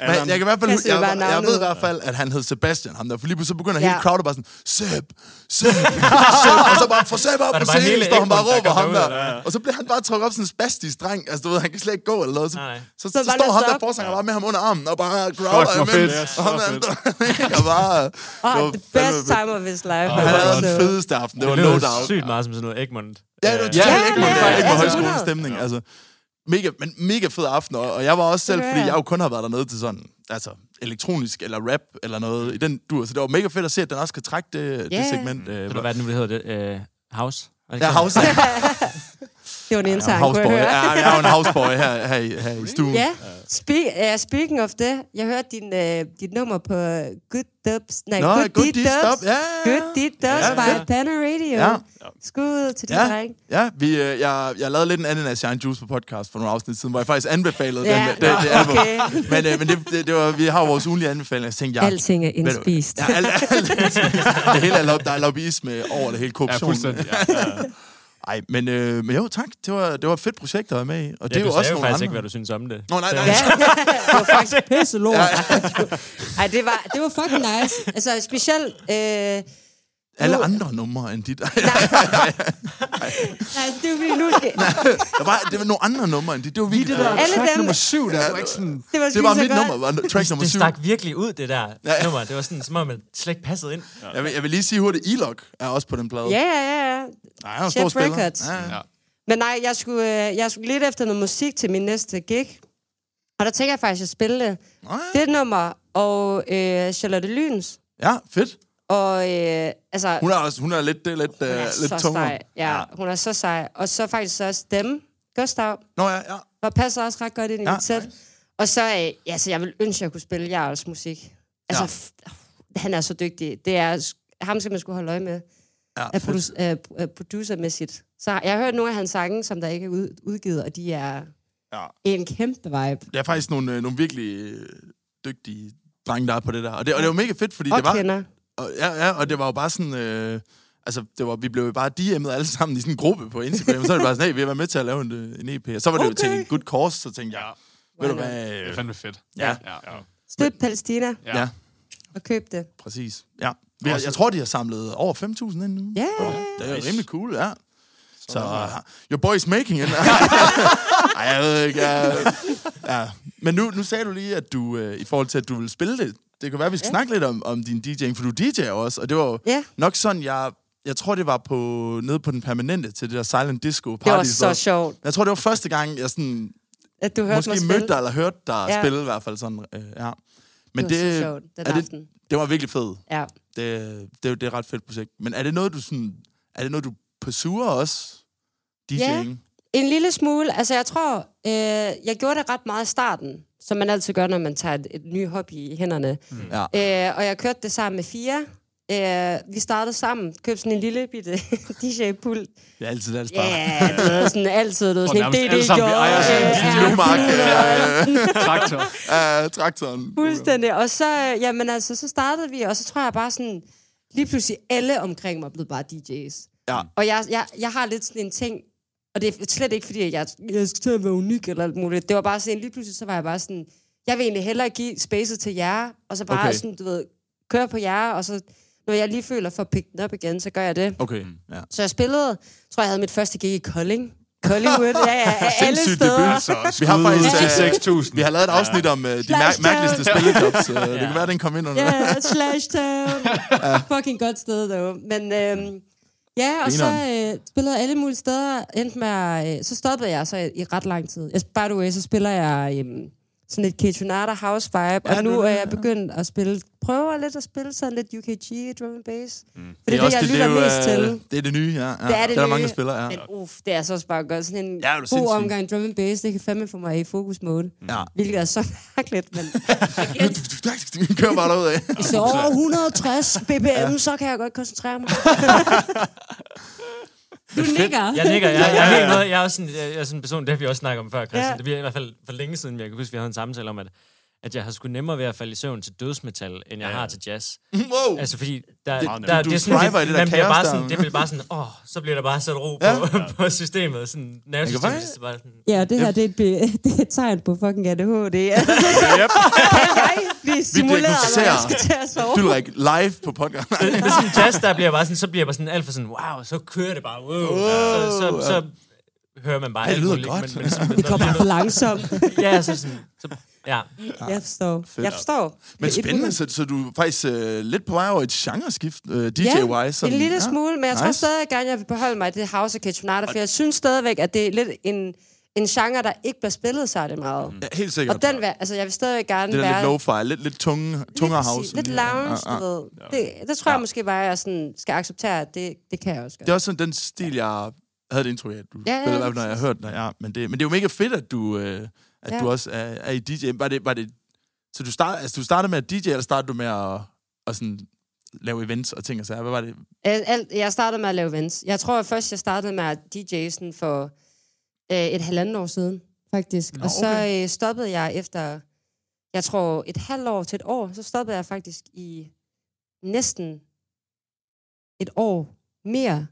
S1: men jeg kan i hvert fald,
S5: Jeg siger
S1: jeg,
S5: bare
S1: jeg, jeg
S5: navnet.
S1: ved i hvert fald, at han hed Sebastian. Ham der, for lige pludselig så begynder
S5: Ja.
S1: hele crowdet bare sådan, Seb, Seb, Seb, og så bare, få Seb op
S2: Var
S1: på
S2: det bare
S1: scenen,
S2: hele
S1: står han bare og
S2: æggen, der
S1: råber ham
S2: kom
S1: der.
S2: derud,
S1: Og så bliver han bare trukket op sådan en spastisk dreng. Altså, du ved, han kan slet ikke gå eller noget. Så,
S2: Nej, nej.
S1: så, så,
S5: Så
S1: så
S5: bare
S1: står ham
S5: læs
S1: der
S5: op.
S1: forsanger bare med ham under armen, og bare growler
S4: hvor fedt. Ja,
S1: imens.
S4: så
S1: Og ham
S4: fedt.
S1: der, jeg bare... det var
S5: og the
S1: fandme
S5: best
S1: fedt.
S5: time of his life.
S1: Han havde den
S5: Så-
S1: fedeste aften, det var
S2: Det
S1: no
S2: lyder
S1: doubt.
S2: sygt meget som sådan noget Egmont. øh,
S1: Ja, det var totalt
S4: Ja,
S1: ja, ikke
S5: ja,
S1: ja,
S5: ja,
S1: ja, på
S5: altså,
S1: højskolens
S5: 100.
S1: stemning. Altså, mega, men mega fed aften, og, og jeg var også selv,
S5: Det var
S1: fordi
S5: jeg.
S1: jeg jo kun har været dernede til sådan, altså elektronisk eller rap eller noget i den dur, så det var mega fedt at se, at den også kan trække det, det
S5: Ja.
S1: segment. Øh,
S2: Ved du, hvad det nu det hedder? Det? Uh, house? Er det
S1: jeg er
S2: ikke
S1: house, jeg
S5: Det var en
S1: er
S5: indsang, kunne jeg
S1: houseboy.
S5: høre.
S1: Ja, jeg er jo en houseboy her, her, i, her i stuen.
S5: Ja,
S1: Øh.
S5: Spe- uh, speaking of det, jeg hørte din, uh, dit nummer på øh, Good Dubs. Nej,
S1: Nå,
S5: Good,
S1: good deed stop.
S5: Dubs.
S1: Ja,
S5: Good Deed Dubs
S1: Ja,
S5: by
S1: fedt.
S5: Banner Radio.
S1: Ja.
S5: Skud til din
S1: Ja,
S5: dreng.
S1: ja vi, øh, jeg, jeg lavede lidt en ananas shine juice på podcast for nogle afsnit siden, hvor jeg faktisk anbefalede
S5: Ja,
S1: den, det, det, det
S5: nå,
S1: album.
S5: okay.
S1: Men, øh, men det, det, det var, vi har jo vores ugenlige anbefaling, og så tænkte jeg...
S5: Alting er
S1: Ved du-
S5: indspist.
S1: Ja, alt, alt er indspist. det hele er lob, der er lobbyisme over det hele
S4: ja,
S1: korruption.
S4: fuldstændig. Ja, ja, ja.
S1: Ej, men, øh, men jo, tak. Det var, det var et fedt projekt, der var med i. Og det
S2: Ja,
S1: er jo
S2: du
S1: også
S2: sagde jo
S1: nogle
S2: faktisk
S1: andre.
S2: ikke, hvad du synes om det.
S1: Nå, nej, nej.
S5: Ja, det var faktisk pisse lort. Ej, det var, det var fucking nice. Altså, specielt... Øh,
S1: Alle
S5: nu-
S1: andre numre end dit.
S5: Nej, det var fordi nu skal...
S1: der var, det var nogle andre numre end dit. Det var virkelig det,
S5: Alle dem...
S4: syv, der er ikke sådan...
S5: Det var,
S1: det var
S5: så
S1: mit
S5: godt.
S1: nummer, var track nummer
S2: Det
S1: syv.
S2: stak virkelig ud, det der ja. nummer. Det var sådan, som om man slet ikke passede ind.
S1: Jeg vil, jeg vil lige sige hurtigt, Elok er også på den plade.
S5: Ja, ja, ja, ja.
S1: Nej, han er en
S5: Chef
S1: stor spiller.
S5: Records.
S1: Ja, ja.
S4: Ja.
S5: Men nej, jeg skulle, øh, jeg skulle lidt efter noget musik til min næste gig. Og der tænker jeg faktisk at spille det. Det nummer og øh, Charlotte Lyns.
S1: ja, fedt.
S5: Og øh, altså...
S1: Hun er, også, hun er lidt, det er lidt,
S5: hun
S1: øh,
S5: er
S1: lidt
S5: så
S1: tungere.
S5: sej. Ja, hun er så sej. Og så faktisk også dem, Gustav,
S1: Nå ja, ja.
S5: var passer også ret godt ind i
S1: Ja,
S5: ja, mit sæt. Og så, øh, ja, så jeg vil ønske, at jeg kunne spille Jarls musik. Altså, ja. f- han er så dygtig. Det er, sk- ham skal man skulle holde øje med.
S1: ja
S5: Er
S1: fedt.
S5: produ- øh, p- øh, producermæssigt. Så jeg har hørt nogle af hans sange, som der ikke er ud- udgivet, og de er
S1: Ja.
S5: ja. en kæmpe vibe.
S1: Der er faktisk nogle, øh, nogle virkelig øh, dygtige drenge, der er på det der. Og det, og det var mega fedt, fordi
S5: Og
S1: det var...
S5: kender.
S1: Og, ja, ja, og det var jo bare sådan... Øh, altså, det var, vi blev jo bare DM'et alle sammen i sådan en gruppe på Instagram. så var det bare sådan, hey, vi har været med til at lave en, øh, en EP. Og så var det jo til en good cause, så tænkte jeg, ved du
S5: Why not?
S1: hvad...
S4: Det er
S1: Øh,
S4: fandme fedt.
S1: Ja.
S4: ja, ja.
S5: Støt Palæstina
S1: ja. ja,
S5: og køb det.
S1: præcis. Ja. Vi har, jeg tror, de har samlet over 5.000 ind nu.
S5: Ja.
S1: Det er jo rimelig cool, ja. Så, uh, your boy's making it. Ej, jeg ved ikke. Jeg, ja. Men nu, nu sagde du lige, at du, øh, i forhold til, at du ville spille det, det kan være, at vi skal snakke lidt om, om din DJ'ing, for du DJ'er også, og det var jo
S5: Ja.
S1: nok sådan, jeg, jeg tror, det var på, nede på den permanente til det der Silent Disco
S5: Det
S1: party.
S5: var så sjovt,
S1: Jeg tror, det var første gang, jeg sådan,
S5: at du hørte mig
S1: måske
S5: spille.
S1: mødte dig, eller hørte dig ja.
S5: Ja.
S1: spille i hvert fald sådan. Øh, ja. Men
S5: Det var så sjovt, den
S1: er det,
S5: aften.
S1: det var virkelig fedt
S5: Ja.
S1: det, det, er jo- det er et ret fedt projekt. Men er det noget, du sådan, er det noget, du pursuer også? DJ'ing?
S5: Ja. En lille smule. Altså, jeg tror, øh, jeg gjorde det ret meget i starten, som man altid gør, når man tager et, et ny hobby i hænderne. Mm.
S1: Ja.
S5: Øh, og jeg kørte det sammen med fire, Øh, vi startede sammen, købte sådan en lille bitte DJ-pult.
S1: Det er altid der, det starter. Yeah.
S5: Ja, det var sådan altid, det var
S4: Tror
S5: sådan
S4: nærmest
S5: en
S4: alle
S5: DDJ.
S4: sammen, vi ejer sådan en
S5: øh,
S1: Lumark,
S4: Traktor.
S1: øh, øh, traktoren.
S5: Fuldstændig. Og så, øh, jamen altså, så startede vi, og så tror jeg bare sådan, lige pludselig alle omkring mig blev bare DJ's.
S1: Ja.
S5: Og jeg, jeg, jeg har lidt sådan en ting, og det er slet ikke, fordi jeg, jeg skal til at være unik eller alt muligt. Det var bare sådan, lige pludselig, så var jeg bare sådan, jeg vil egentlig hellere give spacet til jer, og så bare
S1: Okay.
S5: okay. sådan, du ved, køre på jer, og så når jeg lige føler for at pick den op igen, så gør jeg det.
S1: Okay,
S4: Mm.
S1: ja.
S5: Så jeg spillede, tror jeg havde mit første gig i Kolding. Koldingwood, ja, ja, af alle
S4: Sindssygt
S5: steder.
S4: debut, så.
S1: Vi har faktisk, øh,
S4: til 6.000.
S1: Vi har lavet et afsnit om uh, de mær-
S5: Flash
S1: mærkeligste spillejobs. Uh, det kan
S4: Ja.
S1: være, den kom ind under.
S5: Ja, yeah, Slashdown. Fucking godt sted, dog. Men øhm, ja, og så øh, spillede jeg alle mulige steder. Endte med, at, øh, så stoppede jeg så i, i ret lang tid. Jeg, by the way, så spiller jeg øhm, sådan et Kitchenada House vibe,
S1: Ja,
S5: og nu
S1: det er
S5: er
S1: det,
S5: jeg begyndt at spille, prøver lidt at spille sådan lidt UKG, drum and bass. Mm. For
S1: Det er
S5: det er det,
S1: også
S5: jeg lytter
S1: det,
S5: mest
S1: er jo, øh,
S5: til.
S1: Det er det nye, ja. ja.
S5: Det er det
S1: Der er
S5: nye.
S1: mange, der spiller, ja.
S5: Men uff, det er så også bare godt. Sådan en
S1: Ja, det er
S5: god
S1: sindssygt.
S5: omgang drum and bass, det kan fandme få mig i fokus mode.
S1: ja.
S5: Hvilket er så mærkeligt, men
S1: Vi kører bare derud af.
S5: Hvis det er over 160 bpm, ja. så kan jeg godt koncentrere mig. du nikker.
S2: Jeg nikker, jeg, jeg,
S1: Ja, ja, ja.
S2: jeg, jeg, jeg, jeg, er også sådan, jeg, jeg er sådan en person, det har vi også snakket om før, Christian.
S5: Ja.
S2: Ja. Det bliver i hvert fald for længe siden, men jeg kan huske, vi havde en samtale om, at, at jeg har sgu nemmere ved at falde i søvn til dødsmetal, end jeg ja. har til jazz.
S1: Wow.
S2: Altså fordi, der,
S1: Det-
S2: der,
S1: du
S2: det er sådan,
S1: thriver i
S2: det,
S1: det
S2: det,
S1: der
S2: man bliver
S1: kaos
S2: bare
S1: der.
S2: sådan, det bliver bare sådan, åh, så bliver der bare sat ro
S1: Ja.
S2: på, på systemet, sådan nervesystemet,
S1: faktisk-
S2: så bare sådan,
S5: Ja, det her det er, et, be- det er et tegn på fucking ADHD. Altså, så kan jeg blive stimuleret, når jeg
S1: diagnosticerer.
S5: skal til at sove.
S1: Dylrik live på podcast.
S2: Det er sådan en jazz, der bliver bare sådan, så bliver man sådan alt for sådan, wow, så kører det bare, wow. så, så, så, hører man bare
S1: det lyder
S2: muligt,
S1: godt.
S2: Men, men,
S5: Det går bare for langsomt.
S2: Ja, så sådan, så, ja.
S5: Jeg forstår. Jeg forstår.
S1: Men
S5: Et
S1: spændende, så, så du er faktisk øh, lidt på vej over et genreskift, øh, DJ-wise.
S5: Ja,
S1: sådan.
S5: en lille smule, men jeg tror
S1: nice.
S5: stadig gerne, jeg vil beholde mig i det House of Kitchenada, for jeg synes stadigvæk, at det er lidt en, en genre, der ikke bliver spillet særlig meget.
S1: Ja, helt sikkert.
S5: Og den, vil- altså, jeg vil stadigvæk gerne
S1: Mm. det der
S5: være...
S1: lidt lo-fi, lidt, lidt tunge, tungere
S5: Lige præcis.
S1: house.
S5: Lidt
S1: sådan, ja.
S5: lounge,
S1: Ja, ja.
S5: du ved. Det, det tror jeg måske bare, jeg sådan skal acceptere, at det, det kan jeg også
S1: Det er
S5: gøre.
S1: også sådan den stil, jeg havde det indtryk af, at du
S5: Ja,
S1: ja,
S5: ja,
S1: spillede, ja,
S5: lige
S1: når jeg hørte den. Ja, men, det, men det er jo mega fedt, at du, øh, at
S5: Ja.
S1: ja. du også er, er i DJ. Var det, var det, så du, start, altså, du startede med at DJ, eller startede du med at, at sådan, lave events og ting og sager? Hvad var det?
S5: Al- Alt, jeg startede med at lave events. Jeg tror at først, jeg startede med at DJ sådan for øh, et halvandet år siden, faktisk. og så øh, stoppede jeg efter, jeg tror et halvt år til et år, så stoppede jeg faktisk i næsten et år mere.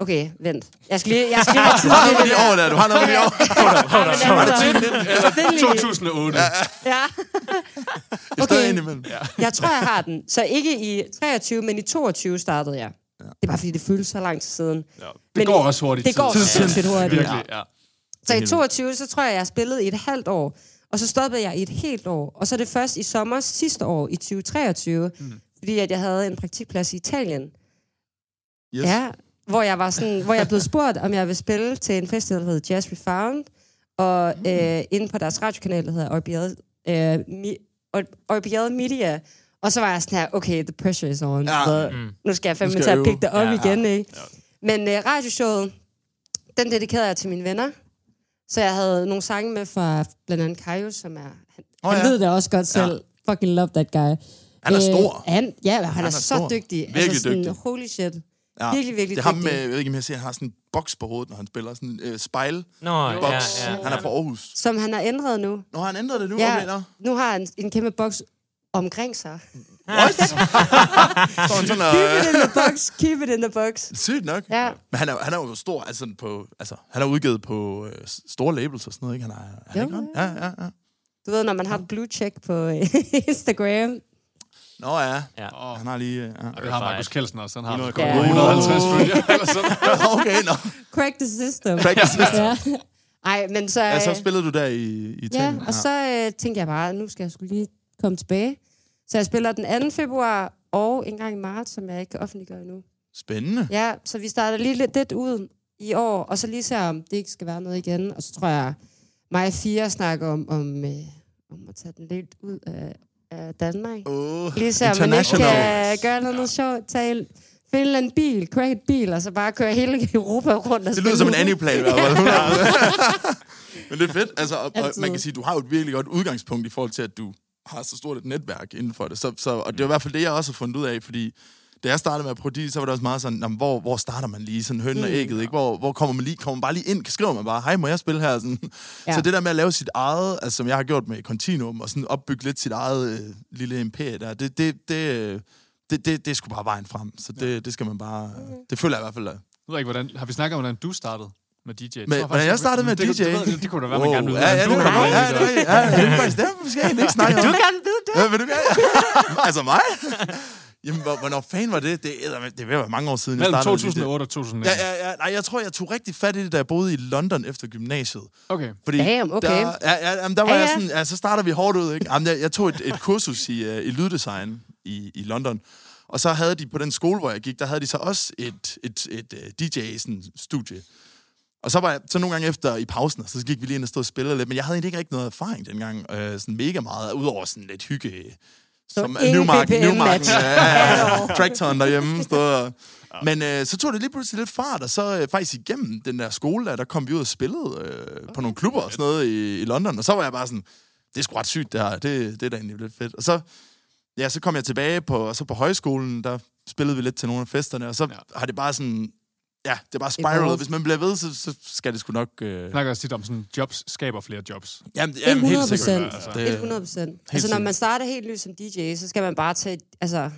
S5: Okay, vent. Jeg skal lige... Jeg skal lige have tid
S1: Du har noget
S5: til
S1: med de år der, du har noget med de år.
S5: Var det til
S4: Eller 2008.
S5: Ja.
S1: Jeg står ind imellem.
S5: Jeg tror, jeg har den. Så ikke i 23, men i 22 startede jeg. Ja. Det er bare, fordi det føles så lang tid siden.
S4: Ja. Det
S5: Men
S4: går også hurtigt.
S5: det går
S4: Tiden-
S5: sindssygt
S4: Ja,
S5: hurtigt.
S4: Virkelig, ja.
S5: Så i 22, så tror jeg, jeg spillede i et halvt år. Og så stoppede jeg i et helt år. Og så er det først i sommer sidste år, i 2023, mm. fordi at jeg havde en praktikplads i Italien.
S1: Yes.
S5: Ja, hvor jeg var sådan, hvor jeg blev spurgt, om jeg ville spille til en festival, der hedder Jazz Refound, og mm. øh, inde på deres radiokanal, der hedder RBL, øh, Mi, Or- RBL Media. Og så var jeg sådan her, okay, the pressure is on.
S1: Ja.
S5: Ja. Nu skal jeg
S1: Nu
S5: fandme
S1: skal
S5: til
S1: jeg
S5: at
S1: øve.
S5: pick det op
S2: Ja,
S5: ja,
S2: ja.
S5: igen, ikke? Ja. Men øh, radioshowet, den dedikerede jeg til mine venner. Så jeg havde nogle sange med fra blandt andet Kajo, som er... Han,
S1: Åh,
S5: oh, ja.
S1: ja.
S5: han ved det også godt selv. Ja. Fucking love that guy.
S1: Han er stor.
S5: Øh, han, ja, han, han er,
S1: er
S5: er så
S1: stor.
S5: dygtig.
S1: Virkelig
S5: altså, sådan,
S1: dygtig.
S5: Holy shit. Ja. Virkelig, virkelig
S1: Det er ham
S5: dygtig.
S1: med, jeg ved ikke, om jeg ser, han har sådan en boks på hovedet, når han spiller. Sådan en øh, spejlboks.
S2: Nå, ja, ja, ja.
S1: Han er fra Aarhus.
S5: Som han har ændret nu.
S1: Nå, har han ændret det nu?
S5: Ja,
S1: Okay, nå.
S5: nu har han en kæmpe boks omkring sig.
S1: What? Står han sådan og...
S5: Keep it in the box, keep it in the box.
S1: Sygt nok.
S5: Ja.
S1: Men han er, han er jo stor, altså, sådan på, altså han er udgivet på øh, s- store labels og sådan noget, ikke? Han er, han er
S5: Jo,
S1: ikke han? Ja, ja, ja.
S5: Du ved, når man har et blue check på øh, Instagram.
S1: Nå ja,
S2: Ja.
S1: Åh, han har lige... øh, Ja.
S4: Og det har Markus Kelsen også. Han har kun
S5: Ja.
S4: 150 følgere eller sådan.
S1: Okay, nå.
S5: Crack the system.
S1: Crack the system.
S5: Ja. Ej, men så...
S1: Ja, så
S5: øh,
S1: spillede du der i, i
S5: Ja,
S1: Italien.
S5: og så øh, tænkte jeg bare, nu skal jeg skulle lige komme tilbage. Så jeg spiller den 2. februar og en gang i marts, som jeg ikke kan offentliggøre endnu.
S1: Spændende.
S5: Ja, så vi starter lige lidt lidt ud i år, og så lige ser om det ikke skal være noget igen. Og så tror jeg, mig og fire snakker om, om, øh, om at tage den lidt ud af, af Danmark.
S1: Oh,
S5: Lige så man ikke
S1: international.
S5: kan gøre noget, noget sjovt. Tag finde en bil, crack et bil, og så bare køre hele Europa rundt. Og
S1: Det lyder som en Annie-plan i hvert fald. Men det er fedt. Altså, og, og
S5: Altid.
S1: man kan sige, du har jo et virkelig godt udgangspunkt i forhold til, at du har så stort et netværk inden for det. Så, så, og det er i hvert fald det, jeg også har fundet ud af, fordi da jeg startede med at prøve så var det også meget sådan, jamen, hvor, hvor starter man lige? Sådan høn og
S5: Mm.
S1: ægget, ikke? Hvor, hvor kommer man lige? Kommer man bare lige ind? Skriver man bare, hej, må jeg spille her? Sådan. Ja.
S5: Ja.
S1: Så det der med at lave sit eget, altså som jeg har gjort med Continuum, og sådan opbygge lidt sit eget øh, lille imperie der, det, det, det, øh, det, det, det er sgu bare vejen frem. Så det, det skal man bare...
S5: Mm.
S1: Øh, det føler jeg i hvert fald, at
S4: Jeg ved ikke, hvordan, har vi snakket om, hvordan du startede med DJ? Men,
S1: hvordan jeg startede med
S4: det,
S1: DJ?
S4: Det, det, det kunne da være, man
S1: Wow.
S4: gerne ville
S1: ja, ja,
S4: hvordan
S1: det
S4: du
S1: kan
S4: kom
S1: godt. ja, det,
S4: ind i det.
S1: ja, ja, det er faktisk det, vi skal egentlig ikke snakke om. Vil du gerne vide det? Ja, vil du gerne? altså mig? Jamen, hvor- hvornår fanden var det? Det er, det er ved at være mange år siden, jeg
S4: Mellem
S1: startede. med det.
S4: 2008 og 2009.
S1: Ja, ja, ja. Nej, jeg tror, jeg tog rigtig fat i det, da jeg boede i London efter gymnasiet.
S4: Okay.
S1: Fordi
S5: Damn, okay.
S1: Der, ja, ja, jamen, der var ja,
S5: Ja,
S1: ja. jeg
S5: ja.
S1: sådan, ja, så starter vi hårdt ud, ikke? Jamen, jeg, jeg tog et, et kursus i, uh, i lyddesign i, i London, og så havde de på den skole, hvor jeg gik, der havde de så også et, et, et, uh, DJ-studie. Og så var jeg, så nogle gange efter i pausen, så gik vi lige ind og stod og spillede lidt, men jeg havde egentlig ikke rigtig noget erfaring dengang, øh, sådan mega meget, udover sådan lidt hygge, som er
S5: ingen
S1: Newmarken,
S5: BPM
S1: Newmarken,
S5: match.
S1: ja, ja, ja. Trackton derhjemme. Stod og... Men øh, så tog det lige pludselig lidt fart, og så øh, faktisk igennem den der skole, der, der kom vi ud og spillede øh, okay. på nogle klubber og sådan noget i, i London, og så var jeg bare sådan, det er sgu ret sygt det her, det, det er da egentlig lidt fedt. Og så, ja, så kom jeg tilbage på, og så på højskolen, der spillede vi lidt til nogle af festerne, og så ja. har det bare sådan, ja, det er bare spiralet.
S5: Evolved.
S1: Hvis man bliver ved, så, så skal det sgu nok... Øh...
S4: Jeg snakker også tit om, sådan, jobs skaber flere jobs.
S1: Jamen, jamen, helt
S5: 100
S1: sikkert.
S5: procent.
S1: Altså, det-
S5: 100 procent. Altså, når
S1: sikkert.
S5: man starter helt ny som DJ, så skal man bare tage, altså,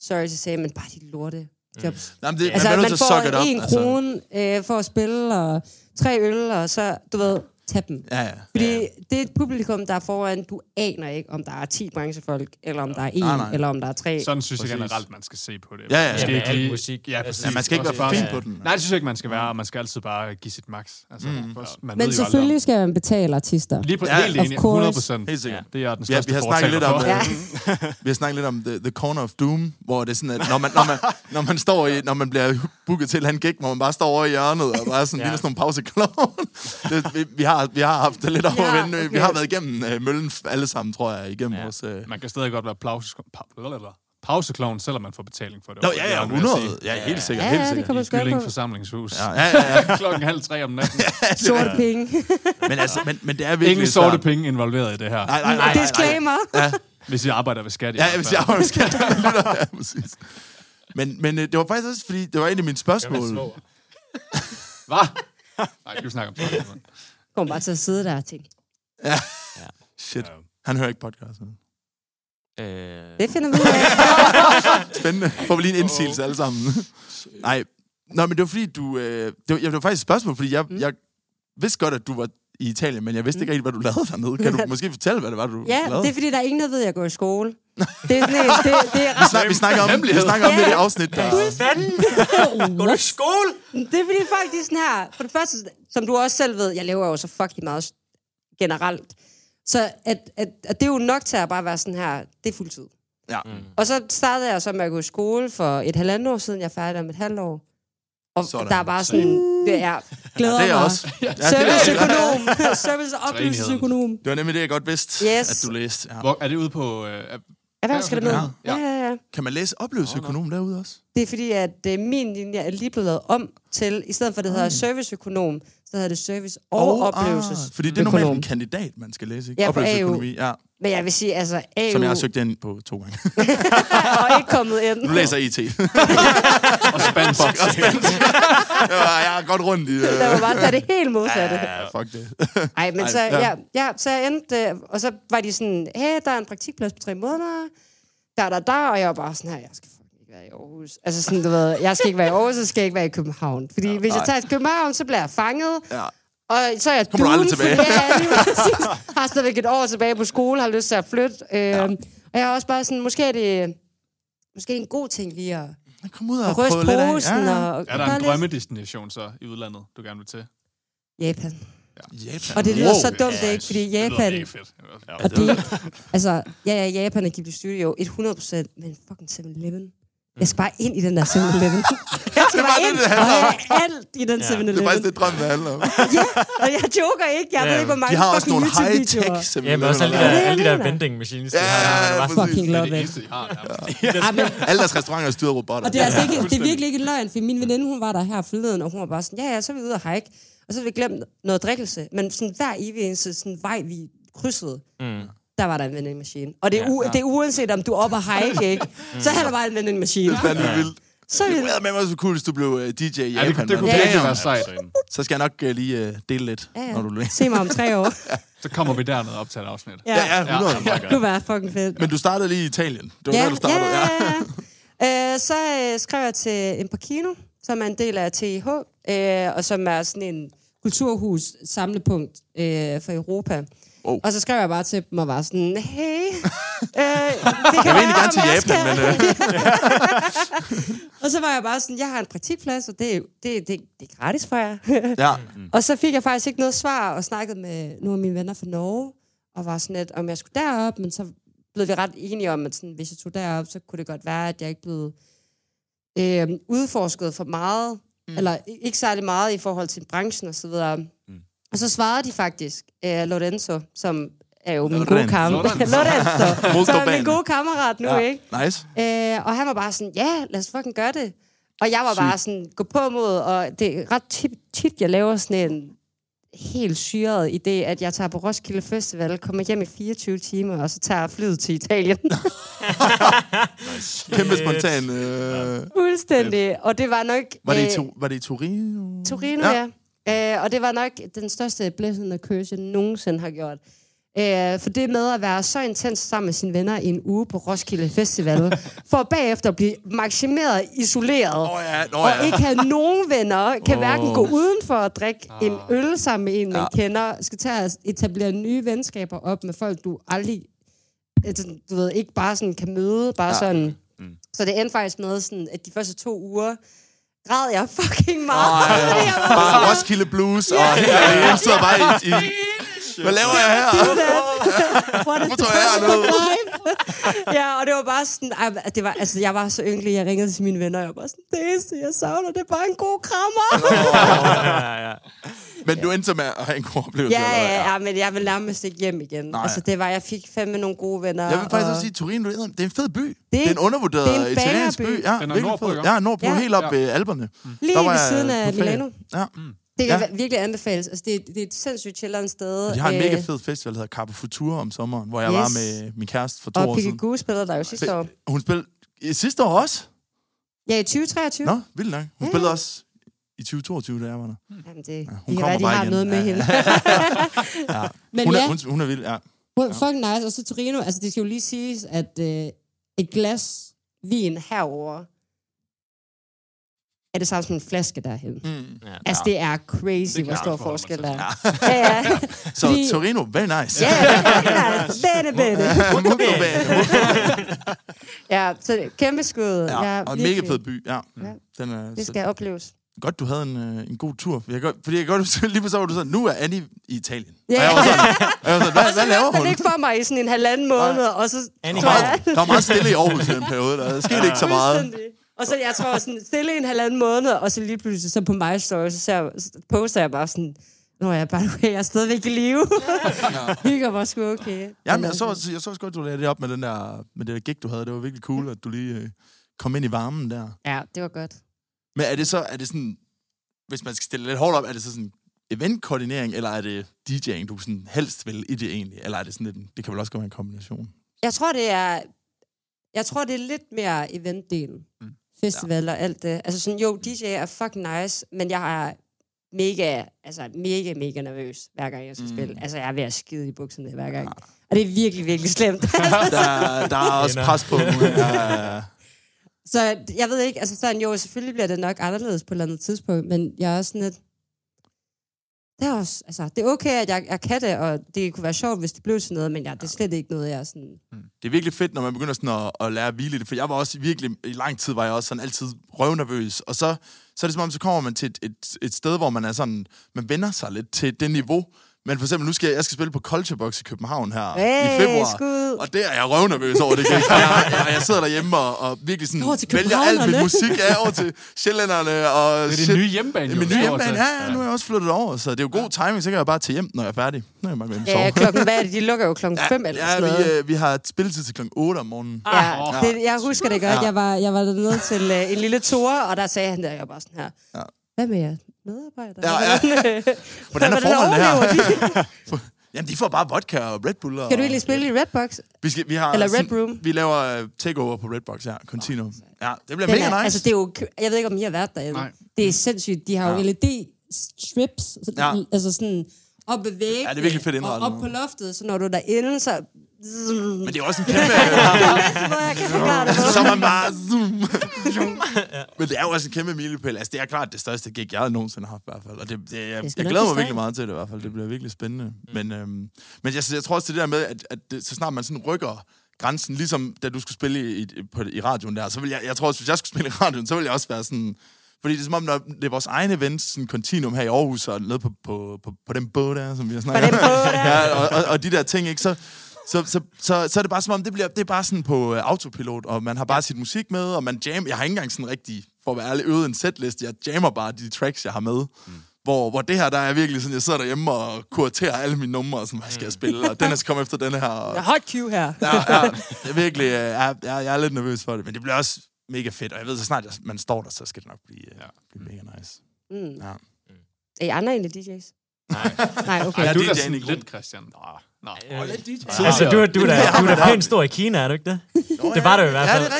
S5: sorry to say, men bare de lorte
S1: Mm.
S5: jobs.
S1: Jamen, det,
S5: Altså,
S1: man
S5: man,
S1: bliver
S5: man
S1: nødt til at suck it up. altså.
S5: får en krone øh, for at spille, og tre øl, og så, du ved, tag dem.
S1: Ja, ja.
S5: Fordi det er et publikum, der er foran. Du aner ikke, om der er 10 branchefolk, eller om der er
S1: Nej, nej.
S5: en, eller om der er tre.
S4: Sådan synes jeg
S1: Præcis.
S4: generelt, man skal se på det.
S1: Ja, ja.
S4: Man
S1: Ja,
S4: skal
S2: med
S4: ikke
S2: al
S4: lige-
S2: musik.
S4: Ja,
S2: Altså,
S4: præcis.
S1: Ja, man skal ikke
S2: Også
S1: være
S2: bare-
S1: fin på Mm. den.
S4: Nej, det synes jeg ikke, man skal være. og Man skal altid bare give sit max. Altså, mm. man ved
S5: Men
S4: jo
S5: selvfølgelig
S4: aldrig.
S5: skal man betale artister.
S4: Lige på,
S1: Ja,
S4: ja, helt
S1: of
S4: enig,
S5: course.
S4: 100 procent.
S1: Helt sikkert.
S4: Det er den
S1: Ja,
S4: største
S1: vi har snakket lidt om,
S4: fortaler
S5: Ja.
S1: øh, vi har snakket lidt om the, the Corner of Doom, hvor det er sådan, at når man, når man, når man, står i, når man bliver booket til en gig, hvor man bare står over i hjørnet og bare sådan ja.
S2: Ja.
S1: ligner sådan nogle pauseklovn. Det- Vi, vi, har, vi har haft det lidt over ja,
S5: Ja,
S1: okay. Vi
S5: okay.
S1: har været igennem øh, møllen f- alle sammen, tror jeg, igennem ja.
S2: Ja.
S1: vores... Øh...
S4: for. Man kan stadig godt være pause, pa, blablabla, pausekloven, selvom man får betaling for det.
S1: Nå,
S4: Det er
S1: ja, ja,
S4: jeg ved at sige.
S1: 100. Ja, helt sikkert,
S5: Ja,
S1: helt
S5: ja, det
S1: sikkert.
S5: kan man
S4: I
S5: sgu
S4: Gylling
S5: på.
S4: forsamlingshus.
S1: Ja, ja, ja, ja.
S4: Klokken halv tre om natten.
S5: Sorte penge.
S1: Men, altså, men, men det er virkelig...
S4: Ingen sorte
S1: svært.
S4: penge involveret i det
S1: Nej,
S4: her.
S1: nej, nej, nej, nej.
S5: Disclaimer.
S4: Hvis I arbejder ved skat. i
S1: Ja,
S4: hvert
S1: hvis
S4: fald.
S1: jeg har skat, ja, præcis. Men, men øh, det var faktisk også, fordi det var egentlig mit spørgsmål.
S4: Hvad? Nej, du snakker om det.
S5: Kom bare til at sidde der og tænke.
S1: Shit, han hører ikke podcasten.
S2: Øh,
S5: Det finder vi ud af.
S1: Spændende. Får vi lige en indsigelse alle sammen. Nej. Nå, men det var fordi, du... Øh, det, var, ja, det var faktisk et spørgsmål, fordi jeg, mm. jeg vidste godt, at du var i Italien, men jeg vidste ikke rigtig, hvad du lavede dernede. Kan du måske fortælle, hvad det var, du
S5: Mm. Ja,
S1: lavede?
S5: det er fordi, der er ingen, der ved, at jeg går i skole. Det er sådan en, det, det er
S1: vi,
S5: ret.
S1: snak, vi snakker om, vi
S4: Hemmelighed.
S1: snakker om det i det
S5: Ja.
S1: afsnit, der...
S2: fanden? Går du i skole?
S5: Det er fordi, folk de er sådan her. For det første, som du også selv ved, jeg lever jo så fucking meget generelt. Så at, at, at det er jo nok til at bare være sådan her, det er fuldtid.
S1: Ja.
S5: Og så startede jeg så med at gå i skole for et halvandet år siden. Jeg er færdig om et halvt år. Og
S1: Sådan.
S5: sådan. der er bare sådan, det er, glæder
S1: Det er
S5: mig.
S1: også... Ja, det, er,
S5: Serviceøkonom. Service- og oplevelsesøkonom.
S1: det var nemlig det, jeg godt vidste,
S5: Yes.
S1: at du læste. Ja.
S4: Hvor, er det ude på... Øh,
S5: Erhvervsakademiet.
S4: Ja.
S5: Ja, ja, ja.
S1: Kan man læse oplevelsesøkonom derude også?
S5: Det er fordi, at øh, min linje er lige blevet lavet om til, i stedet for, at det hedder serviceøkonom, så hedder det service- og oh, oplevelses.
S1: Ah, fordi det er normalt en
S5: økonom.
S1: kandidat, man skal læse, ikke?
S5: Ja, på AU.
S1: Oplevelsesøkonomi, ja.
S5: Men jeg vil sige, altså AU
S1: Som jeg har søgt ind på to gange.
S5: og ikke kommet ind.
S1: Nu læser jeg IT.
S4: og spansk.
S1: jeg, var, jeg er godt rundt i...
S5: Der
S1: Øh.
S5: var bare der er det helt modsatte.
S1: Ja, fuck det.
S5: Ej, men så,
S1: ja.
S5: ja, ja, så jeg endte, øh, og så var de sådan, hey, der er en praktikplads på tre måneder, der, der, der, og jeg var bare sådan her, jeg skal fucking ikke være i Aarhus. Altså sådan, du ved, jeg skal ikke være i Aarhus, jeg skal ikke være i København. Fordi ja, hvis jeg tager til København, så bliver jeg fanget,
S1: Ja.
S5: og så er jeg
S1: Kommer du aldrig
S5: doomed,
S1: tilbage.
S5: fordi jeg er lige præcis- har stadigvæk et år tilbage på skole, har lyst til at flytte. Øh, ja. Og jeg er også bare sådan, måske er det, måske er det en god ting lige at
S1: Kom ud og prøv
S5: ryste
S1: lidt af.
S5: posen.
S1: Ja, ja.
S5: Og, og
S4: Er der
S5: gøre
S4: en
S5: lidt-
S4: drømmedestination så i udlandet, du gerne vil til?
S5: Japan.
S1: Japan.
S5: Og det lyder så
S1: Wow.
S5: dumt, det er ikke, fordi
S4: Det lyder
S5: Japan...
S4: mega fedt. Ja.
S5: Og det, altså, ja, ja, Japan og Ghibli Studio, 100%, men fucking 7-Eleven. Jeg skal bare ind i den der 7-Eleven. Jeg skal
S1: bare
S5: bare ind
S1: det, det
S5: og
S1: handler om.
S5: have alt i den
S1: Det er faktisk
S5: 7-Eleven.
S1: det drøm, det handler om.
S5: Ja, og jeg joker ikke. Jeg ved
S2: Ja,
S5: ikke, hvor mange
S1: De har også
S5: fucking
S1: nogle
S5: YouTube-videoer.
S1: high-tech
S2: Ja, men også alle de der, alle de der vending machines, de
S1: Ja,
S2: har der, der.
S1: ja,
S2: bare-
S1: præcis.
S5: Fucking
S4: Det er
S5: love
S4: det
S5: it.
S4: eneste, de har. nærmest.
S5: Ja, men,
S1: Alle deres restauranter er styret af robotter.
S5: og det er, altså ikke, det er virkelig ikke løgn, for min veninde, hun var der her forleden, og hun var bare sådan, ja, ja, så er vi ude og hike. Og så havde vi glemt noget drikkelse. Men sådan hver evig eneste sådan, vej, vi krydsede, mm. der der var der en vending machine. Og det er,
S2: Ja,
S5: u-
S2: ja.
S5: det er uanset, om du er oppe og hike, ikke? Så er der bare en vending machine.
S1: Det er vildt.
S5: Så
S1: Det
S5: vildt.
S1: kunne med mig så cool, hvis Mm. du blev øh, DJ i
S4: Ja, det,
S1: Japan.
S4: det kunne
S1: mand.
S4: virkelig
S1: Damn.
S4: være sejt.
S1: Så skal jeg nok øh, lige øh, dele lidt,
S5: Ja, ja.
S1: når du løber.
S5: Se mig om tre år.
S4: Så kommer vi dernede op til et afsnit.
S1: Ja, ja, 100.
S4: Ja.
S5: Det kunne være fucking fedt.
S1: Men du startede lige i Italien. Det var der, du startede.
S5: ja, ja. Øh, så øh, skrev jeg til Emparkino, som er en del af TIH, øh, og som er sådan en kulturhus samlepunkt øh, for Europa.
S1: Oh.
S5: Og så skrev jeg bare til dem og var sådan, hey, øh, det kan
S1: Jeg vil
S5: være,
S1: egentlig gerne til
S5: man
S1: Japan,
S5: skal."
S1: men øh,
S5: Og så var jeg bare sådan, jeg har en praktikplads, og det, er- det, det, det er gratis for jer.
S1: ja.
S5: Og så fik jeg faktisk ikke noget svar, og snakkede med nogle af mine venner fra Norge, og var sådan lidt, om jeg skulle derop, men så blev vi ret enige om, at sådan, hvis jeg tog derop, så kunne det godt være, at jeg ikke blev øh, udforsket for meget, mm. eller i- ikke særlig meget i forhold til branchen og så videre. Mm. Og så svarede de faktisk, øh, Lorenzo, som er jo min gode
S1: Lorenzo.
S5: kammerat.
S4: Lorenzo.
S5: Lorenzo, som er
S1: Motorbanen.
S5: min gode kammerat nu, ja. ikke?
S1: Nice.
S5: Øh, og han var bare sådan, ja, lad os fucking gøre det. Og jeg var bare sådan, gå på mod, og det er ret tit, tit jeg laver sådan en helt syret idé, at jeg tager på Roskilde Festival, kommer hjem i 24 timer, og så tager flyet til Italien.
S1: Kæmpe spontan. Øh,
S5: Fuldstændig. Og det var nok...
S1: var, det i
S5: øh,
S1: to, var det i Torino?
S5: Torino, ja. ja. Øh, og det var nok den største blessing og curse, jeg nogensinde har gjort. Øh, for det med at være så intens sammen med sine venner i en uge på Roskilde Festival, for bagefter at blive maksimeret isoleret,
S1: Åh ja, nå
S5: og
S1: ja.
S5: ikke have nogen venner, kan
S1: Åh. Ah.
S5: oh. hverken gå udenfor og drikke en øl sammen med en, man kender, skal tage og etablere nye venskaber op med folk, du aldrig, altså, du ved, ikke bare sådan kan møde, bare ja. sådan. Mm. Så det endte faktisk med, sådan, at de første to uger, græd jeg fucking meget.
S1: Ej,
S5: fordi jeg var
S1: Bare
S5: sådan-
S1: Roskilde Blues, og helt alene sidder bare i... i hvad laver jeg her?
S5: What is
S1: Hvorfor
S5: the
S1: tror jeg, jeg er
S5: purpose of life? ja, og det var bare sådan, ej, men det var, altså, jeg var så ynglig, jeg ringede til mine venner, og jeg var sådan, det eneste, jeg savner, det er bare en god krammer.
S2: ja, ja, ja.
S1: Men du endte så med at have en god oplevelse.
S5: ja,
S1: eller hvad?
S5: ja, ja, men jeg vil nærmest ikke hjem igen.
S1: Nej.
S5: Nej. Altså, det var, jeg fik fandme nogle gode venner.
S1: Jeg vil faktisk
S5: og-
S1: også sige, at Turin, det er det er en fed by. Det, det er en undervurderet
S5: det er en
S1: italiensk by.
S5: bagerby.
S1: Ja,
S4: Den er
S1: virkelig
S4: nordpå,
S1: fed.
S4: ikke?
S1: Ja, nordpå,
S5: Ja. Mm.
S1: helt op
S4: Ja.
S1: ved Alberne.
S5: Lige
S1: Der var
S5: ved
S1: jeg
S5: siden af
S1: på ferie.
S5: Milano.
S1: Ja. Mm.
S5: Det kan
S1: Ja.
S5: ja. virkelig anbefales. Altså, det, det er et sindssygt chilleren sted.
S1: De har en
S5: øh,
S1: mega fed festival, der hedder Capo Futura om sommeren, hvor jeg
S5: Yes.
S1: var med min kæreste for to
S5: Og
S1: år
S5: Piggy
S1: siden.
S5: Goo spillede der jo sidste år.
S1: Hun spillede i sidste år også.
S5: Ja, i 2023.
S1: Nå, vildt nok. Hun spillede også i 2022, da jeg var der.
S5: Jamen, det, ja,
S1: hun
S5: hun
S1: kommer
S5: de, kan være, de
S1: bare
S5: har
S1: igen.
S5: noget
S1: Ja,
S5: med ja,
S1: ja.
S5: hende. Men
S1: Hun
S5: ja,
S1: er, hun, hun er vild, ja.
S5: hun er fucking nice. Og så Torino, altså det skal jo lige siges, at øh, et glas vin herover er det samme som en flaske derhen. Mm.
S2: Ja.
S5: Altså, det er crazy, det hvor stor
S4: forholde mig til.
S5: forskel der er. Ja, ja.
S1: Så
S5: Fordi-
S1: Torino, very nice.
S5: Ja, ja, bene, bene.
S1: Motorbanen.
S5: Ja, så kæmpe skud.
S1: Ja, og en mega
S5: virkelig.
S1: fed by, ja.
S5: Ja.
S1: Den er,
S5: Det
S1: så-
S5: skal opleves.
S1: godt, du havde en, øh, en god tur. Jeg gør, fordi jeg kan godt, huske, lige på så var du sådan, nu er Annie i Italien.
S5: Ja.
S1: Og jeg var sådan, og jeg var sådan hvad, hvad laver
S5: Den
S1: hun?
S5: ikke for mig i sådan en halvanden måned, og så
S2: Annie
S1: Der var,
S2: Meget.
S1: meget, der var meget stille i Aarhus i den periode. Der skete ikke så meget.
S5: Fuldstændig. Og så jeg tror sådan, stille i en halvanden måned, og så lige pludselig så på my story, så, ser, jeg- så poster jeg bare sådan, Nå, jeg er bare okay, jeg er stadigvæk i live. Hygger mig sgu okay.
S1: Jamen, jeg så, også- jeg så også godt, du lagde det op med, den der, med det der gig, du havde. Det var virkelig cool, at du lige øh, kom ind i varmen der.
S5: Ja, det var godt.
S1: Men er det så, er det sådan, hvis man skal stille lidt hårdt op, er det så sådan eventkoordinering, eller er det DJ'ing, du sådan helst vil i det egentlig? Eller er det sådan lidt, en- det kan vel også godt være en kombination?
S5: Jeg tror, det er, jeg tror, det er lidt mere eventdelen. Mm. Festival og alt det. Altså sådan, jo, DJ er fucking nice, men jeg er mega, altså mega, mega nervøs, hver gang jeg skal mm. spille. Altså, jeg er ved at skide i bukserne hver gang. Og det er virkelig, virkelig slemt.
S1: Der, der er også
S2: Ender.
S1: pres på. Ja,
S5: Så jeg ved ikke, altså sådan, jo, selvfølgelig bliver det nok anderledes på et eller andet tidspunkt, men jeg er også sådan lidt, det er også, altså, det er okay, at jeg, jeg kan det, og det kunne være sjovt, hvis det blev til noget, men jeg, det er slet ikke noget, jeg er sådan...
S1: det er virkelig fedt, når man begynder sådan at, at lære at hvile i det, for jeg var også virkelig, i lang tid var jeg også sådan altid røvnervøs, og så, så er det som om, så kommer man til et, et, et sted, hvor man er sådan, man vender sig lidt til det niveau, men for eksempel, nu skal jeg, jeg skal spille på Culture Box i København her
S5: Hey,
S1: i februar,
S5: skud.
S1: og der er jeg røvnervøs over det, gig. og jeg, jeg, jeg sidder derhjemme og, og virkelig sådan
S5: Over til
S1: vælger alt min
S5: københavnerne.
S1: musik ja, over til sjællænderne, og
S4: Det er
S1: shit.
S4: din nye hjemmebane, jo.
S1: Min nye
S4: stort
S1: hjemmebane,
S4: set.
S1: ja, ja, nu er jeg også flyttet over, så det er jo god timing, så kan jeg bare tage hjem, når jeg er færdig. Nu er jeg bare glemt at
S5: Ja,
S1: sove.
S5: klokken, hvad er det? De lukker jo klokken 5 eller
S1: Ja,
S5: sådan noget. Ah,
S1: vi, øh, Ah. vi har spilletid til klokken 8 om morgenen.
S5: Ja, det, jeg husker det godt. Jeg var, jeg var dernede til øh, en lille tour, og der sagde han der, jeg var bare sådan her, hvad med jer medarbejdere?
S1: Ja, ja.
S5: Hvordan, øh,
S1: Hvordan er forholdene her?
S5: overlever de?
S1: Jamen, de får bare vodka og Red Bull. Og...
S5: Kan du egentlig spille i Redbox?
S1: Vi, skal, vi har
S5: Eller Red Room?
S1: Vi laver øh, takeover på Redbox, ja. Continuum. Ja, det bliver
S5: Den
S1: mega
S5: er,
S1: nice.
S5: Altså, det er jo, jeg ved ikke, om I har været derinde.
S4: Nej.
S5: Det er sindssygt. De har jo
S1: Ja.
S5: LED-strips, så
S1: Ja.
S5: altså sådan op ad væggene, ja,
S1: det er virkelig fedt indrettet.
S5: og op på loftet, så når du er derinde, så...
S1: Men
S5: Men
S1: det er også en kæmpe...
S5: jeg kan forklare det.
S1: Altså, Så er man bare... Zoom. Men det er jo også en kæmpe milepæl. Altså, det er klart det største gig, jeg nogensinde har haft i hvert fald. Og det, det, jeg,
S5: Det
S1: det
S5: skal
S1: jeg
S5: nok
S1: glæder
S5: blive
S1: mig virkelig
S5: sejt.
S1: meget til det i hvert fald. Det bliver virkelig spændende. Mm. Men, øhm, men jeg, jeg tror også, det der med, at, at det, så snart man sådan rykker grænsen, ligesom da du skulle spille i, i, på, i radioen der, så vil jeg, jeg tror også, hvis jeg skulle spille i radioen, så ville jeg også være sådan... Fordi det er som om, når det er vores egne events, sådan Continuum her i Aarhus, og nede på, på, på, på den båd der, som vi har snakket
S5: den båd der.
S1: ja, og, og, og de der ting, ikke? Så, så, så, så, så er det bare som om, det, bliver, det er bare sådan på øh, autopilot, og man har bare sit musik med, og man jam. Jeg har ikke engang sådan rigtig, for at være ærlig, øvet en setlist. Jeg jammer bare de tracks, jeg har med. Mm. Hvor, hvor det her, der er virkelig sådan, jeg sidder derhjemme og kuraterer alle mine numre, og sådan, hvad
S3: Mm.
S1: skal jeg spille, og den her skal komme efter den her. Og,
S5: Hot cue her.
S1: ja, ja, det er virkelig, øh, jeg, jeg, jeg er lidt nervøs for det, men det bliver også mega fedt, og jeg ved, så snart jeg, man står der, så skal det nok blive, ja. blive mega nice.
S5: Mm.
S1: Ja.
S5: Er I andre egentlig DJ's?
S4: Nej.
S5: Nej, okay.
S4: Ej,
S1: Ja,
S4: du
S1: det er
S4: er da sådan
S1: Janik
S4: lidt, Christian. Nå, nå.
S2: Øh,
S4: Ja.
S2: altså, du, er- du, er da,
S1: Ja,
S2: du er
S1: men
S2: da
S1: der-
S2: pænt stor i Kina, er du ikke det?
S1: Nå,
S2: Det var det jo i hvert
S1: Ja,
S2: fald.
S1: det er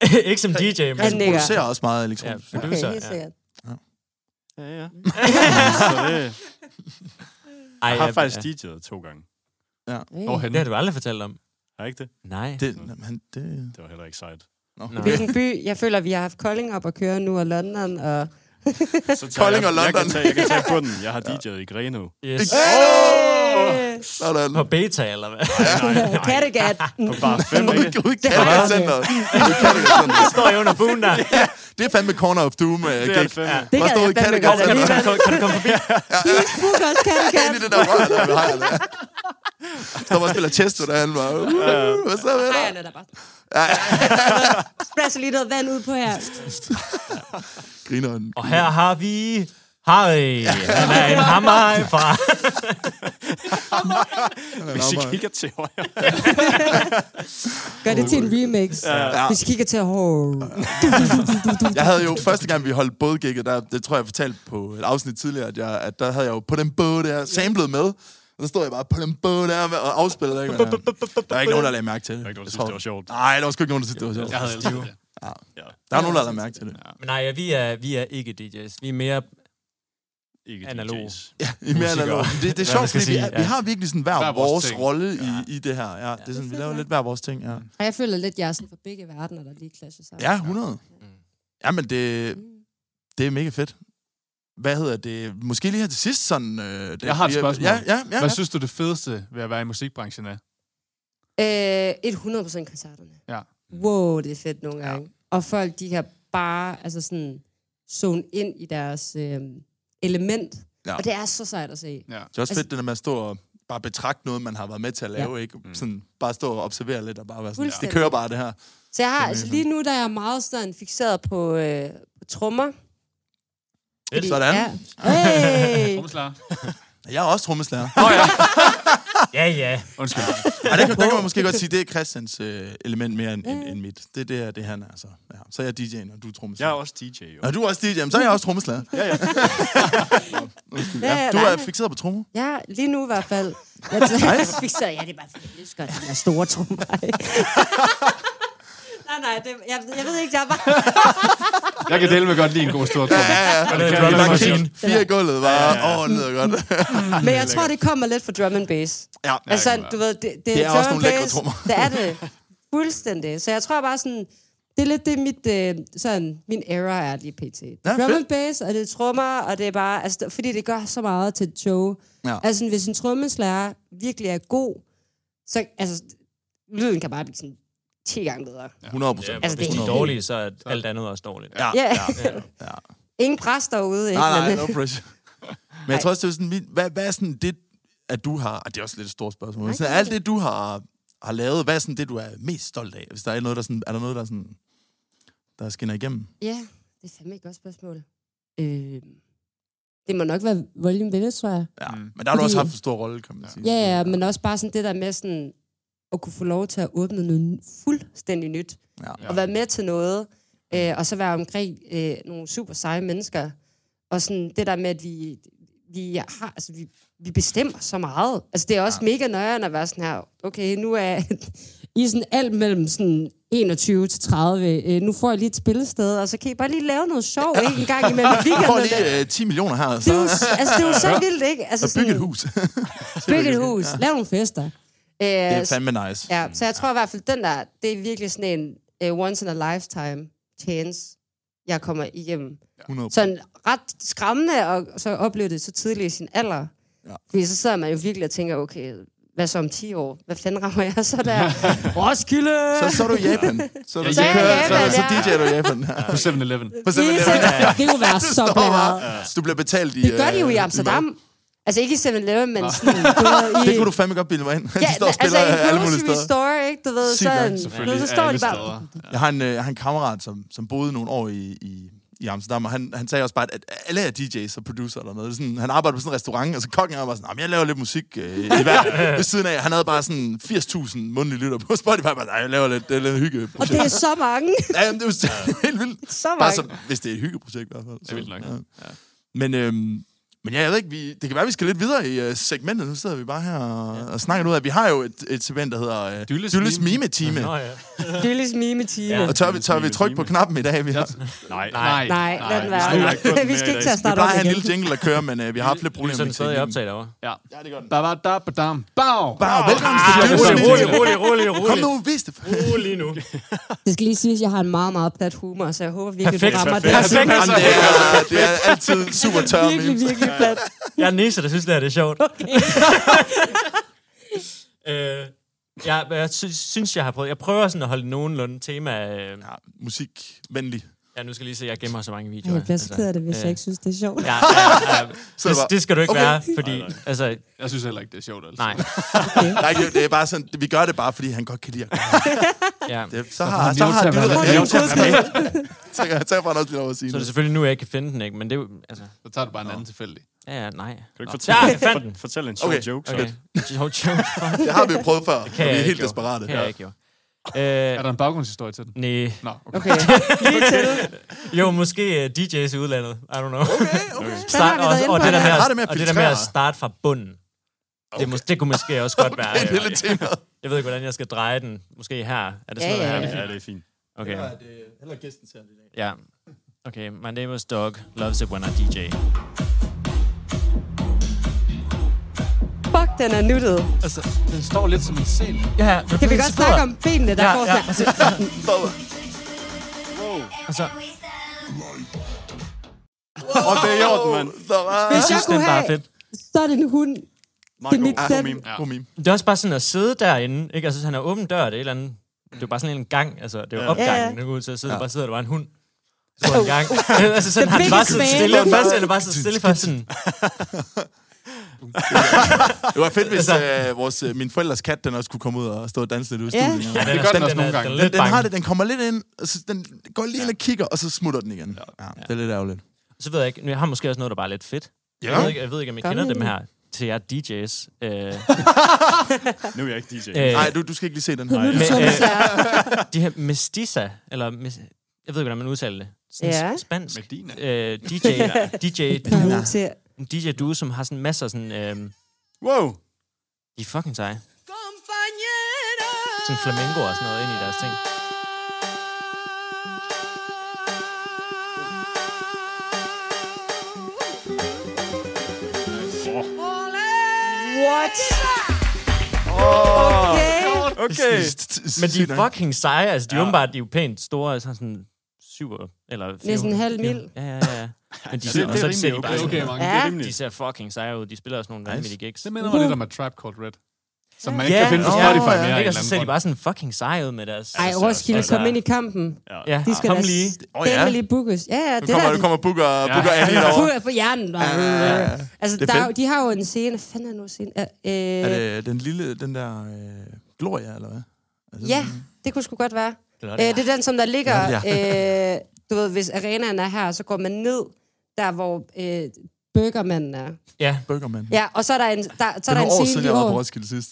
S1: rigtigt.
S2: ikke som DJ, men...
S5: Han
S1: Han
S5: nikker.
S1: producerer også meget elektronisk.
S2: Ja,
S5: okay,
S2: producer,
S5: helt
S2: ja.
S5: sikkert.
S3: Ja, ja.
S4: Så det,
S2: Ej,
S3: Jeg har faktisk
S2: ja.
S3: DJ'et to gange.
S4: hvorhen?
S2: Det har du aldrig fortalt om.
S3: Har jeg ikke det?
S2: Nej.
S1: Det, men det...
S3: Det var heller ikke sejt.
S1: Nå.
S2: Nå.
S5: Hvilken by? Jeg føler, vi har haft Kolding op at køre nu, og London, og...
S3: Så tager
S1: Kolding
S3: jeg,
S1: og
S3: Jeg
S1: London.
S3: kan tage, jeg kan tage bunden. Jeg har DJ'et i Greno.
S2: Yes.
S5: Hey!
S1: Sådan.
S2: På beta, eller hvad?
S3: Nej, nej.
S5: Kattegat!
S3: På bare fem, ikke?
S1: Ude i
S5: jeg
S1: Kattegat-centeret. Ude i Kattegat-centeret.
S2: Står jeg under buen der?
S1: Det er fandme Corner of Doom. Uh,
S3: Det er det fem.
S1: Hvor
S5: Det gad
S1: står
S5: jeg
S1: I
S5: fandme
S1: Kattegat?
S5: godt
S2: Kan du,
S5: alligevel.
S2: kan, du, kan du komme forbi?
S5: Book os Kattegat!
S1: Ind i det der rør, der har jeg det. Står bare og spiller Chesto derhen. Var. Uh, hvad så med
S5: Nej,
S1: dig?
S5: han er der bare. Splasser lige noget vand ud på her.
S1: Grineren.
S2: Og her har vi... Harry, han er en hammerhaj fra...
S3: Hvis I kigger til højre.
S5: Gør det til en remix.
S1: ja.
S5: Hvis I kigger til hår.
S1: Jeg havde jo første gang, vi holdt bådgigget, der, det tror jeg, jeg fortalte på et afsnit tidligere, at, jeg, at der havde jeg jo på den båd der, samlet med. Og så stod jeg bare på den båd der og afspillede. Ikke? Men, øh, Der er ikke nogen, der lagde mærke til det. Der
S3: er ikke nogen, der synes, det var sjovt.
S1: Nej, der var sgu ikke nogen, der synes, det var sjovt.
S4: Jeg havde elsket det.
S1: Der er nogen, der har lagt mærke til det.
S2: Men nej, ja, vi er, vi er ikke DJ's. Vi er mere...
S3: Ikke
S2: Analog.
S3: DJ's.
S1: I mere eller
S2: musikere.
S1: mindre. det, det er
S2: Hvad man
S1: sjovt,
S2: skal
S1: fordi vi,
S2: sige,
S1: er-
S2: ja.
S1: vi har virkelig sådan hver,
S4: Hver vores
S1: vores,
S4: ting.
S1: rolle i, i det her. Ja, det er sådan, vi laver lidt hver vores ting. Ja,
S5: Og jeg føler lidt, jeg er sådan fra begge verdener, der lige klasser sammen.
S1: ja 100. Jamen, det, det er mega fedt. Hvad hedder det? Måske lige her til sidst sådan... Øh, det,
S4: Jeg har et
S1: vi er-
S4: spørgsmål.
S1: Ja, ja, ja.
S4: Hvad synes du, det fedeste ved at være i musikbranchen er?
S5: Øh, 100% koncerterne.
S4: Ja.
S5: Wow, det er fedt nogle gange. Og folk, de kan bare altså sådan, zone ind i deres øh, element.
S1: Ja.
S5: Og det er så sejt at se.
S1: Det er også fedt, det der med at stå og bare betragte noget, man har været med til at lave, ikke? Sådan, bare stå og observere lidt og bare være sådan, det
S5: Fuldstændig.
S1: kører bare det her.
S5: Så jeg har, altså lige nu, der er jeg meget sådan fixeret på, øh, på trommer. Fordi-
S1: Sådan.
S5: Ja. Hey!
S4: Trommeslager?
S1: Jeg er også trommeslager.
S4: Nå ja,
S2: Ja, ja.
S4: undskyld.
S1: Og der, kan- der kan man måske godt sige, det er Christians øh, element mere end,
S5: Mm.
S1: end, end mit. Det er det, her, det han er. Så, ja. så er jeg DJ'en, og du er
S3: Jeg
S1: trommeslager.
S3: er også DJ, jo.
S1: Og du er også DJ, men så er jeg også trommeslager. Ja, ja. Undskyld, ja.
S5: Ja,
S1: Du
S5: nej,
S1: er
S5: nej.
S1: fixeret på trommer.
S5: Ja, lige nu i hvert fald. Jeg t- fixeret, ja, det er bare fordi, jeg elsker den her store trommer. nej, nej, det, jeg, jeg ved ikke, jeg er bare...
S4: Jeg kan dele med godt lide en god stor tromme.
S2: Og det er
S4: kan
S2: en
S4: vi
S2: drum
S4: godt sige.
S2: machine.
S1: Fire i gulvet var, åh, ja, ja. det lyder godt.
S5: Men jeg tror, det kommer lidt fra drum and bass.
S1: ja.
S5: Mm. Altså,
S4: det kan
S5: du ved, det, det,
S1: Det er
S5: drum
S1: også
S5: and
S1: nogle lækre
S5: bass,
S1: trommer.
S5: Det er det. Fuldstændig. Så jeg tror bare sådan, det er lidt det, mit, øh, sådan, min era er lige pt.
S1: Ja,
S5: drum
S1: fedt.
S5: and bass, og det er trommer, og det er bare, altså, det- fordi det gør så meget til et show.
S1: Ja.
S5: Altså, sådan, hvis en trommeslager virkelig er god, så, altså, lyden kan bare blive sådan 10 gange bedre.
S1: 100 procent.
S2: Altså, hvis de er
S5: helt-
S2: dårlige, så er alt andet også dårligt.
S1: Ja.
S5: Ja.
S1: ja. ja.
S5: Ingen pres derude, ikke?
S1: Nej, nej,
S5: Men,
S1: no pressure. Men jeg tror også, det er sådan, min- hvad, hvad er sådan det, at du har, og det er også lidt et stort spørgsmål, men sådan, alt det, du har, har lavet, hvad er sådan det, du er mest stolt af? Hvis der er noget, der sådan, er der noget, der sådan, der skinner igennem?
S5: øh, Ja, det er fandme et godt spørgsmål. Øh, det må nok være Volume Village, tror jeg.
S1: Ja. Men der har du
S5: Fordi-
S1: også haft en stor rolle, kan man sige.
S5: Ja, ja, men også bare sådan det der med sådan, at kunne få lov til at åbne noget fuldstændig nyt.
S1: Ja.
S5: Og være med til noget. Øh, og så være omkring øh, nogle super seje mennesker. Og sådan det der med, at vi, vi vi, har, altså, vi, vi bestemmer så meget. Altså, det er også ja. mega nøjeren at være sådan her, okay, nu er I sådan alt mellem sådan 21 til 30. Øh, nu får jeg lige et spillested, og så kan I bare lige lave noget sjov, ja. ikke? En gang imellem
S1: Jeg får
S5: weekenden.
S1: lige øh, 10 millioner her, og
S5: Det er, jo,
S1: så
S5: altså, det er jo så vildt, ikke? Altså,
S1: og bygge et hus.
S5: Byg et hus. Lav nogle fester. Øh,
S1: det er fandme nice.
S5: ja, så jeg tror i hvert fald, den der, det er virkelig sådan en uh, once in a lifetime chance, jeg kommer igennem.
S1: 100.
S5: Sådan ret skræmmende, og så opleve det så tidligt i sin alder.
S1: Ja.
S5: Ja. Fordi så sidder man jo virkelig og tænker, okay, hvad så om 10 år? Hvad fanden rammer jeg så der? Roskilde!
S1: Så, så er du i Japan. Så er du,
S4: Ja,
S1: så,
S4: ja,
S1: kører,
S5: Japan,
S1: så, så
S5: ja.
S1: DJ'er du i Japan.
S4: På 7-Eleven.
S1: For så vil
S5: Det,
S1: jeg-
S5: er- det kunne være så
S1: Står
S5: blæret.
S1: bare, Så du bliver betalt i...
S5: Det gør de jo
S1: øh,
S5: i
S1: mad.
S5: Amsterdam. Altså ikke i 7-Eleven, men sådan... du ved, i-
S1: Det kunne du fandme godt bilde mig ind. De
S5: Ja,
S1: står og spiller
S5: altså, i
S1: alle mulige
S5: grocery
S1: steder.
S5: store, ikke? Du ved,
S1: Sygt nok,
S5: sådan,
S4: Selvfølgelig.
S5: så står
S4: alle
S5: de bare,
S4: steder.
S1: Jeg har en, øh, jeg har en kammerat, som, som boede nogle år i, i, i Amsterdam, og han, han sagde også bare, at alle er DJ's og producer eller noget. Det er Sådan, han arbejder på sådan en restaurant, og så kokken han var sådan, "Nå, men jeg laver lidt musik øh, i hver. ved siden af, han havde bare sådan 80.000 mundlige lytter på Spotify, bare, "Ej, jeg laver lidt, det er lidt en hygge.
S5: og det er så mange.
S1: Ja, jamen, det er jo det er jo helt vildt.
S5: Så
S1: Bare
S5: mange.
S1: som, hvis det er et hyggeprojekt i hvert fald. Det
S4: er vildt nok.
S1: Ja. Men, øhm, men ja, jeg ved ikke, vi, det kan være, vi skal lidt videre i uh, segmentet. Nu sidder vi bare her og, og snakker nu ud af. Vi har jo et, et segment, der hedder uh,
S4: Dylles
S1: Dylles
S4: Mime.
S1: Mime-time.
S2: Nå, ja.
S5: Det er ligesom mime time.
S2: Ja.
S1: Og tør vi, tør vi
S3: Dylles
S1: trykke på
S3: Mime.
S1: knappen i dag? Vi har,
S3: Nej,
S4: Nej,
S5: Nej, lad den
S4: nej.
S3: nej.
S5: være. Vi skal ikke til at
S1: Vi
S5: starte
S1: plejer at
S5: op
S1: have en
S5: igen.
S1: lille jingle at køre, men øh, vi har haft lidt
S2: Det er
S1: problemer
S2: sådan stadig
S1: teknikken.
S2: optaget over.
S4: Ja.
S1: Ja, det gør den.
S4: Da, ba, da, ba, dam. Bow!
S1: Bare velkommen til
S4: Ah,
S1: Dyrnes
S4: rolig,
S1: Mime.
S4: rolig,
S2: rolig, rolig,
S1: Kom nu, vis det.
S2: Rolig nu.
S5: Det skal lige siges, at jeg har en meget, meget plat humor, så jeg håber virkelig,
S2: Perfekt,
S5: du rammer
S2: perfekt.
S5: det.
S2: Perfekt.
S1: Jamen, det, er, det er altid super tør
S5: Virkelig,
S1: memes.
S5: virkelig plat.
S2: Jeg er den eneste, der synes, det her det er sjovt. øh, jeg, jeg sy- synes, jeg har prøvet... Jeg prøver sådan at holde nogenlunde tema... Øh,
S1: Ja, musik, venlig.
S2: ja, nu skal jeg lige se, jeg gemmer så mange videoer. Altså,
S5: Jeg bliver så ked af det, hvis jeg ikke synes, det er sjovt.
S2: Ja, ja, ja.
S1: Så er det
S2: Det,
S1: bare-
S2: det skal du ikke
S1: Okay.
S2: okay. være, fordi... Altså,
S4: Jeg synes heller ikke, det er sjovt, altså.
S2: nej.
S1: Nej, det er- det er bare sådan, vi gør det bare, fordi han godt kan lide at gøre
S2: Ja.
S1: det. Så har,
S4: han
S1: Ah, så
S4: lov
S1: har
S4: til at
S1: dyret
S4: være
S1: det.
S4: med.
S1: Ja,
S4: Lov til at være
S1: Så kan så får han også lidt over at sige
S2: Så er det
S1: noget.
S2: selvfølgelig nu, jeg ikke kan finde den, ikke? Men det er jo... Altså,
S4: Så tager du bare en anden tilfældig.
S2: ja, ja, nej.
S3: Kan du ikke
S2: Ja,
S3: fortælle,
S2: jeg fandt den.
S3: for, fortælle en sjov
S1: Okay,
S3: joke? Så?
S2: Okay. Jo, jo.
S1: Det har vi jo prøvet før, og
S2: Kan
S1: vi
S2: jeg
S1: er helt
S2: ikke, jo.
S1: desperate.
S2: Kan jeg ikke, jo. Øh,
S4: Er der en baggrundshistorie til den?
S2: nej.
S4: Nå, okay.
S5: Okay, lige til.
S2: Jo, måske uh, DJ's i udlandet. I don't know.
S1: Okay, okay.
S5: Den har
S2: Start,
S5: vi
S2: og,
S5: været inde
S2: og,
S5: på.
S2: det der med,
S1: Jeg har
S2: at,
S1: det med at
S2: og det der med at
S1: filtrere.
S2: starte fra bunden. Okay. Det, mås, det kunne måske også godt være...
S1: Det er hele
S2: øh,
S1: temaet.
S2: jeg ved ikke, hvordan jeg skal dreje den. Måske her. Er det
S5: Ja,
S2: sådan noget her?
S3: Ja, det er fint.
S2: Okay.
S1: Heller gæsten til i dag.
S2: Ja. Okay, my name is Doug. Loves it when I DJ.
S5: Fuck, den er nuttet.
S4: Altså, den står lidt som en sel.
S2: Ja,
S5: Kan vi godt snakke om benene, der
S2: Ja,
S5: får
S2: ja,
S5: sådan her?
S2: Altså,
S1: Og det er i orden, mand. Der var...
S5: Hvis jeg
S2: synes,
S5: kunne
S2: den bare er
S5: have,
S2: fedt.
S5: så er det en hund. Det er mit
S1: god
S5: sæt.
S1: meme. God meme.
S2: Det er også bare sådan at sidde derinde, ikke? Altså, han har åben dør, det er et eller andet... Det er jo bare sådan en gang, altså, det er jo
S5: Ja, ja.
S2: opgangen, ja. ud til at sidde, ja. bare sidder der bare en hund. Så en gang. altså, sådan,
S5: The
S2: han bare
S5: biggest
S2: sidder
S5: man.
S2: stille først, eller bare sidder stille først, sådan...
S1: Det var fedt, hvis
S2: Altså-
S1: øh, vores, øh, min forældres kat, den også kunne komme ud og stå og danse lidt ud i
S5: Ja.
S1: studien. Ja.
S2: den
S4: det
S2: er-
S4: gør den
S2: den
S4: også
S2: er-
S4: nogle
S2: den er
S4: gange.
S2: lidt
S1: Den, den har
S2: bange.
S1: det, den kommer lidt ind, og så den går lige ind og kigger, og så smutter den igen. Ja, ja. det er lidt ærgerligt.
S2: Så ved jeg ikke, nu, jeg har måske også noget, der bare er lidt fedt.
S1: Ja.
S2: Jeg ved ikke, jeg ved ikke om I
S5: Kom
S2: kender
S5: med
S2: dem
S5: det.
S2: her til jer DJ's. Øh, øh,
S3: Nu er jeg ikke DJ.
S1: Nej, du, du skal ikke lige se den her.
S5: Nu er det
S2: Men,
S5: sådan,
S2: øh,
S5: så er.
S2: de her mestiza, eller mes, jeg ved ikke, hvordan man udtaler det. Sådan
S5: Ja.
S2: ja. spansk.
S4: Medina.
S2: Øh, DJ, DJ,
S5: Der er
S2: duo,
S5: nogen til-
S2: en DJ duo, som har sådan masser af sådan... Øh,
S3: Wow!
S2: de er fucking seje. Sådan flamenco og sådan noget ind i deres ting.
S5: What? Okay.
S3: Okay.
S2: Men de er fucking seje. Altså, de er åbenbart, de er jo pænt store. Altså sådan syv eller fire.
S5: Næsten en halv mil.
S2: Ja, ja, ja. Men de,
S3: Ja,
S2: ser,
S3: det,
S2: og
S3: det
S2: så
S3: er
S2: de ser
S3: rimelig
S2: de
S3: okay.
S2: bare
S4: Okay,
S2: sådan-
S4: mange.
S5: Ja.
S3: Det er rimelig.
S2: De ser fucking seje ud. De spiller også nogle vanvittige gigs.
S4: Det minder mig lidt om et Trap Called Red. Som man ikke
S2: Ja,
S4: kan finde på
S2: ja.
S1: Ja,
S4: Spotify mere. af en
S2: Ikke, og
S4: eller
S2: så
S4: anden
S2: ser de
S4: grund.
S2: bare sådan fucking seje ud med deres...
S5: Ej, Roskilde,
S2: Altså,
S5: kom ind i kampen.
S2: Ja,
S5: De skal
S2: kom
S5: da
S2: lige.
S1: Åh oh, ja,
S5: stemme lige bookes. Ja, ja,
S1: nu
S5: det Altså,
S1: kommer,
S5: der,
S1: nu kommer Booker, Booker Annie derovre.
S5: Fuld på hjernen. Bare. Altså,
S1: Det er
S5: der, er jo-
S1: fedt.
S5: de har jo en scene. Hvad fanden er nu scene? Øh,
S1: Er
S5: øh,
S1: det den lille, den der øh, Gloria, eller hvad? Altså,
S5: ja, det kunne sgu godt være. Øh,
S2: Gloria.
S5: det er den, som der ligger...
S1: Nå,
S5: Øh, du ved, hvis arenaen er her, så går man ned der, hvor øh, burgermanden er.
S2: Ja,
S1: Burgerman. Ja,
S5: Ja, og så er der en, der, så
S1: det
S5: er
S1: er
S5: der
S1: nogle år siden,
S5: en scene i
S1: jeg var på
S5: år.
S1: Roskilde sidst.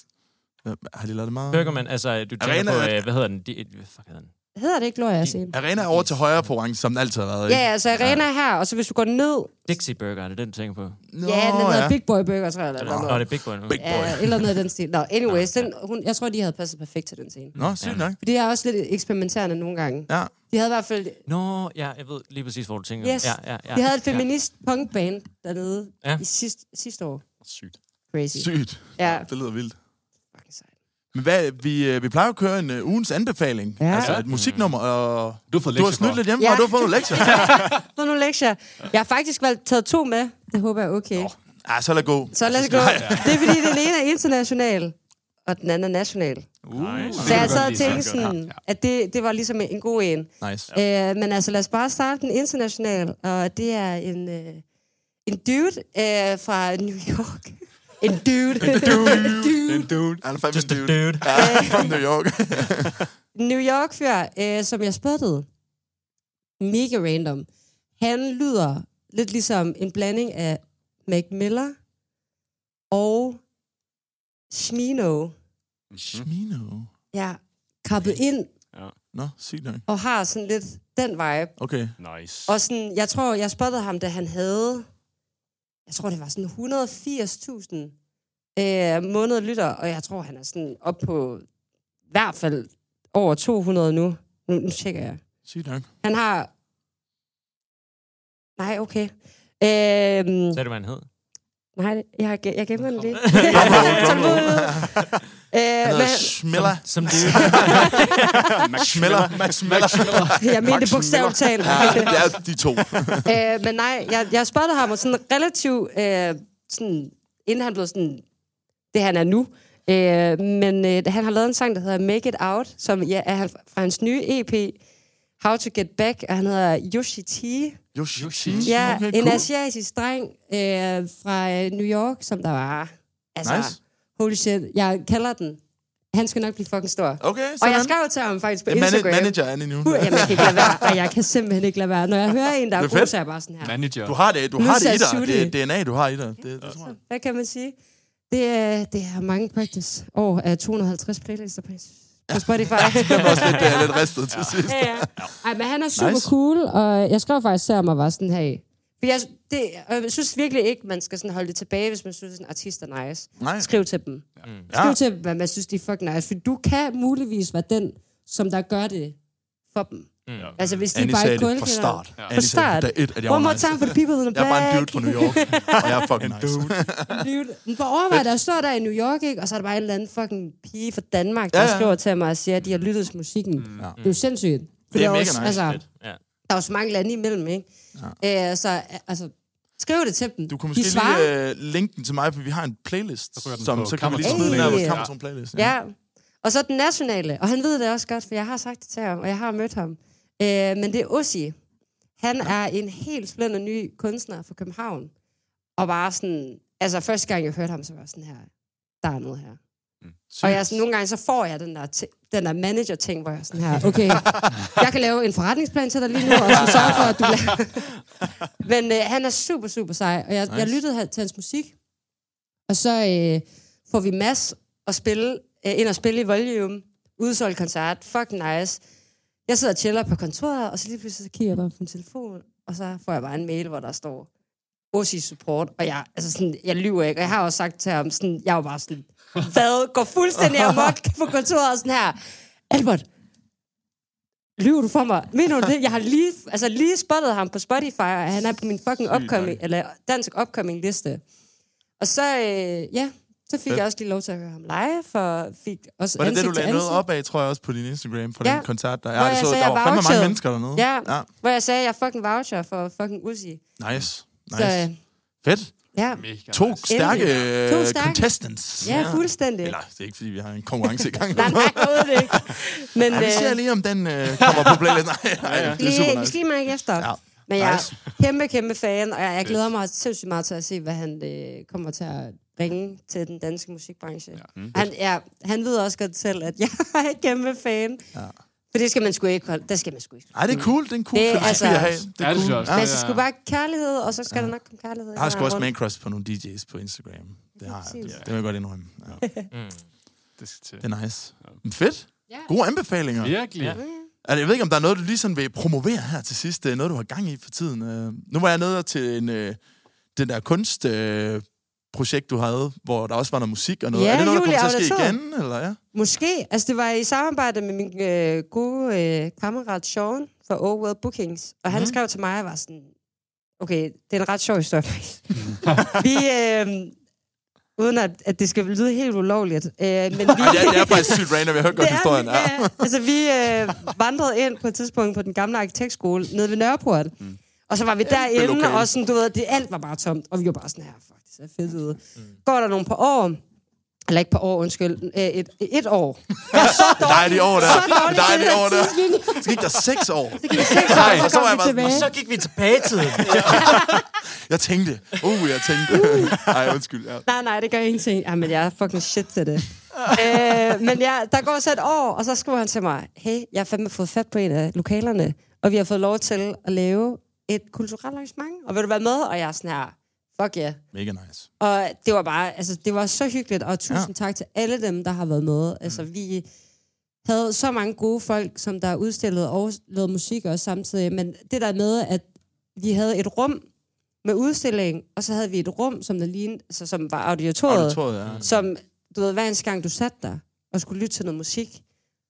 S1: Ja, Har de lavet det meget?
S2: Burgerman, altså, du tænker
S1: Arena-
S2: på, øh, hvad hedder den? De, hvad fuck hedder den?
S5: Hedder det ikke Gloria Scene?
S1: Arena er over til højre på orange, som den altid har været, ikke?
S5: Ja, altså Arena er her, og så hvis du går ned...
S2: Dixie Burger, er det den, du tænker på?
S1: Nå,
S5: ja, den hedder Big Boy Burger, tror jeg. Eller,
S2: Nå,
S5: noget.
S2: det er Big Boy nu.
S1: Big Boy.
S5: Ja, eller noget i den stil. Nå, anyways, den, hun, jeg tror, de havde passet perfekt til den scene.
S1: Nå, sygt nok.
S5: For det er også lidt eksperimenterende nogle gange.
S1: Ja.
S5: De havde i hvert fald...
S2: Nå, ja, jeg ved lige præcis, hvor du tænker.
S5: Yes,
S2: Ja, ja, ja.
S5: de havde et feminist punkband dernede
S2: Ja.
S5: ja. i sidste, sidste år.
S3: Sygt.
S5: Crazy.
S1: Sygt.
S5: Ja.
S1: Det lyder vildt.
S5: Fucking sejt.
S1: Men hvad, vi, øh, vi plejer at køre en uh, ugens anbefaling.
S5: Ja.
S1: Altså et musiknummer, og
S4: Du har fået
S1: du har
S4: lektier
S1: snydt
S4: for.
S1: lidt hjemmefra,
S5: Ja.
S1: og du har fået nogle lektier.
S5: Få nogle lektier. Jeg har faktisk valgt taget to med. Det håber jeg er okay.
S1: Ja, så lad det gå.
S2: Altså,
S5: Så lad os gå. Det er fordi, den ene er international, og den anden er national.
S3: Nice.
S5: Så jeg
S4: godt
S5: sad og
S4: lide, så
S5: tænkte
S4: det er godt.
S5: sådan, at det, det var ligesom en god en.
S1: Nice.
S5: Øh, men altså, lad os bare starte den international, og det er en, øh, en dude øh, fra New York. en dude. en dude. Øh,
S4: Den dude.
S1: Han er fandme
S2: Just a
S1: en dude.
S2: dude.
S1: Ja, fra New York.
S5: New York-fyr, øh, som jeg spottede. Mega random. Han lyder lidt ligesom en blanding af Mac Miller og Smino.
S1: Smino.
S5: Ja, kappet ind
S1: Nå, sygt nok.
S5: og har sådan lidt den vibe.
S1: Okay.
S3: Nice.
S5: Og sådan, jeg tror, jeg spottede ham, da han havde, jeg tror, det var sådan 180.000 øh, måneder lytter, og jeg tror, han er sådan op på i hvert fald over 200 nu. Nu, nu tjekker jeg.
S1: Sygt nok.
S5: Han har... Nej, okay. Øhm,
S2: Sagde du, hvad han hed?
S5: nej, jeg, har ge- jeg gemmer den lige.
S1: Tålmodighed.
S5: Øh,
S1: Han
S5: men,
S1: hedder Schmiller.
S2: Som dude.
S1: Schmiller. Max Schmiller.
S5: jeg mente bogstaveligt talt.
S1: Ja, det er de to.
S5: øh, men nej, jeg, jeg spottede ham, og sådan relativt, øh, sådan, inden han blev sådan, det han er nu. Øh, men øh, han har lavet en sang, der hedder Make It Out, som ja, er han, fra hans nye EP, How to Get Back, og han hedder Yoshi T.
S1: Yoshi. Mm.
S5: Ja,
S1: okay,
S5: en
S1: cool.
S5: asiatisk dreng øh, fra øh, New York, som der var... Altså,
S1: Nice.
S5: holy shit, jeg kalder den. Han skal nok blive fucking stor. Okay,
S1: Okay,
S5: og jeg
S1: sådan.
S5: skrev til ham faktisk på
S1: Det er
S5: Instagram.
S1: man- manager er nu.
S5: Jamen, jeg kan ikke lade være, og jeg kan simpelthen ikke lade være. Når jeg hører en, der er,
S1: Det er
S5: god,
S1: fedt.
S5: så er jeg bare sådan her.
S4: Manager.
S1: Du har det, du har det i dig.
S5: Lucia
S1: Det er DNA, du har i dig. Det, det tror jeg.
S5: Hvad kan man sige? Det er, det er mange practice. År af 250 playlister på, på Spotify.
S1: Jeg var også lidt, øh, lidt ristet til sidst.
S5: ja, ja. Ej, men han er super
S1: Nice.
S5: nice. cool, og jeg skrev faktisk til ham og var sådan, hey... For jeg, det, og jeg synes virkelig ikke, man skal sådan holde det tilbage, hvis man synes, at en artist er nice.
S1: Nej.
S5: Skriv til dem. Skriv
S1: Ja.
S5: til dem, hvad man synes, de er fucking nice. For du kan muligvis være den, som der gør det for dem. Mm. Altså, hvis de
S1: Annie
S5: bare
S1: sagde
S5: er
S1: det fra
S5: kulkældere.
S1: start. Annie sagde
S5: start.
S1: fra dag et, at jeg
S5: One
S1: var
S5: more
S1: nice.
S5: time for the people in the
S1: Jeg er bare en
S5: back.
S1: dude fra New York, og jeg er fucking nice.
S5: dude. Men Bare overvej dig, jeg står der i New York, ikke? og så er der bare en eller anden fucking pige fra Danmark, der
S1: Ja,
S5: ja,
S1: ja.
S5: ja. skriver til mig og siger, at de har lyttet til musikken. Mm. Det er jo sindssygt. For
S1: Det er
S5: der
S1: mega
S5: også,
S1: nice.
S5: Altså,
S2: Ja.
S5: der er jo så mange lande imellem, ikke? Ja. Æ, så altså, skriv det til dem.
S1: Du kunne
S5: De
S1: måske
S5: svarer.
S1: lige uh, linke den til mig, for vi har en playlist,
S4: ryger den
S1: som
S4: på
S1: så kan vi lige
S4: Kammerton.
S1: smide den her
S5: Hey.
S1: vores Kammerton playlist.
S5: Ja. Og så den nationale, og han ved det også godt, for jeg har sagt det til ham, og jeg har mødt ham. Øh, men det er Ossi. Han er en helt splinter ny kunstner fra København. Og bare sådan... Altså, første gang jeg hørte ham, så var jeg sådan her, der er noget her. Mm. Og jeg, er sådan, nogle gange så får jeg den der, ti- den der manager-ting, hvor jeg er sådan her, okay, jeg kan lave en forretningsplan til dig lige nu, og så sørge for, at du bliver... Men øh, han er super, super sej, og jeg, nice. jeg lyttede her til hans musik, og så øh, får vi Mads at spille, øh, ind og spille i Volume. Udsolgt koncert. Fuck nice. Jeg sidder og chiller på kontoret, og så lige pludselig så kigger jeg bare på min telefon, og så får jeg bare en mail, hvor der står Ossi support, og jeg, altså sådan, jeg lyver ikke, og jeg har også sagt til ham, sådan, jeg var bare sådan, hvad, går fuldstændig amok på kontoret, og sådan her, Albert, lyver du for mig? Mener du det? Jeg har lige, altså lige spottet ham på Spotify, og han er på min fucking upcoming, eller dansk upcoming liste. Og så, øh, ja, så fik jeg også lige lov til at høre ham live, og fik også
S1: Var det det,
S5: ansigt
S1: du
S5: til
S1: lagde noget
S5: ansigt.
S1: op af, tror jeg også, på din Instagram for
S5: Ja.
S1: den koncert der?
S5: Hvor
S1: Ja,
S5: jeg
S1: så,
S5: sagde,
S1: der
S5: jeg
S1: var fandme mange
S5: vouchede.
S1: mennesker dernede.
S5: Ja,
S1: ja.
S5: hvor jeg sagde, at jeg fucking voucher for fucking Uzi.
S1: Nice.
S5: Så, øh,
S1: Nice. Fedt.
S5: ja.
S4: Mega
S1: To
S4: nice.
S1: stærke
S5: To
S1: øh,
S5: stærke.
S1: contestants.
S5: ja, fuldstændig.
S1: Eller, det er ikke, fordi vi har en konkurrence i gang.
S5: Nej, nej, overhovedet ikke. Men
S1: Ja, vi ser
S5: øh,
S1: lige, om den øh, kommer på playlisten. Nej, nej, nej, det er
S5: lige,
S1: super
S5: vi
S1: nice.
S5: skal lige mærke efter.
S1: Ja.
S5: Ja. Men jeg
S1: Nice.
S5: er kæmpe, kæmpe fan, og jeg, jeg glæder mig sindssygt meget til at se, hvad han øh, kommer til at bringe til den danske musikbranche. Ja.
S1: Mm.
S5: Han, ja, han ved også godt selv, at jeg er en kæmpe fan. Ja. For det skal man sgu ikke holde. Det skal man sgu ikke.
S1: Ej, det er cool. Det er en cool
S5: Det er
S1: filosofi
S5: altså-
S1: at have.
S4: Ja, det synes jeg også.
S5: Man
S4: Det
S5: skal
S4: er-
S5: sgu bare have kærlighed, og så skal ja. der nok komme kærlighed.
S1: Jeg har sgu også
S5: rundt.
S1: mancross på nogle DJ's på Instagram. Det har jeg. Det,
S5: præcis.
S1: det vil jeg godt indrømme. Ja. Mm.
S4: Det skal til.
S1: Det er nice. Men fedt.
S5: Ja.
S1: Gode anbefalinger.
S4: Virkelig.
S2: Ja.
S1: Altså, jeg ved ikke, om der er noget, du lige sådan vil promovere her til sidst. øh, Noget, du har gang i for tiden. Øh, Nu var jeg nede til en, øh, den der kunst... Øh, projekt, du havde, hvor der også var noget musik og noget.
S5: Ja,
S1: er det noget, der
S5: Julie
S1: kommer til at ske
S5: Audator.
S1: igen? Eller, ja?
S5: Måske. Altså, det var i samarbejde med min øh, gode øh, kammerat Sean fra Overworld Bookings. Og han mm. skrev til mig, og var sådan... Okay, det er en ret sjov historie, faktisk. vi... Øh, uden at, at det skal lyde helt ulovligt. Øh, men vi,
S1: Ej, det, er, det er faktisk sygt random. Jeg hørte godt
S5: Det er
S1: historien.
S5: vi,
S1: Ja.
S5: ja. altså, vi øh, vandrede ind på et tidspunkt på den gamle arkitektskole nede ved Nørreport. Mm. Og så var vi derinde,
S1: lokale.
S5: og sådan, du ved, det, alt var bare tomt. Og vi var bare sådan her, fuck, det ser fedt ud. Mm. Går der nogle par år, eller ikke par år, undskyld, øh, et, et år.
S1: Dejlige år der.
S5: Så dårligt til
S1: Dejlige
S5: den
S1: år der.
S5: tidslinje.
S1: Så gik der seks år.
S5: Nej,
S1: så var jeg bare
S2: Og så gik vi tilbage i tiden.
S1: Jeg tænkte. Uh, jeg tænkte.
S5: Uh.
S1: Nej, undskyld. Ja.
S5: Nej, nej, det gør ingenting. Jamen, jeg er fucking shit til det. øh, men ja, der går så et år, og så skriver han til mig, hey, jeg har fandme fået fat på en af lokalerne, og vi har fået lov til at lave et kulturelt arrangement, og vil du være med? Og jeg er sådan her, fuck ja. Yeah.
S1: Mega nice.
S5: Og det var bare, altså, det var så hyggeligt, og tusind ja. tak til alle dem, der har været
S1: Mm.
S5: med. Altså, vi havde så mange gode folk, som der udstillede og lavede musik også samtidig, men det der med, at vi havde et rum med udstilling, og så havde vi et rum, som der lignede, altså, som var auditoriet,
S1: Auditoriet, ja.
S5: som, du ved, hver eneste gang, du satte dig og skulle lytte til noget musik,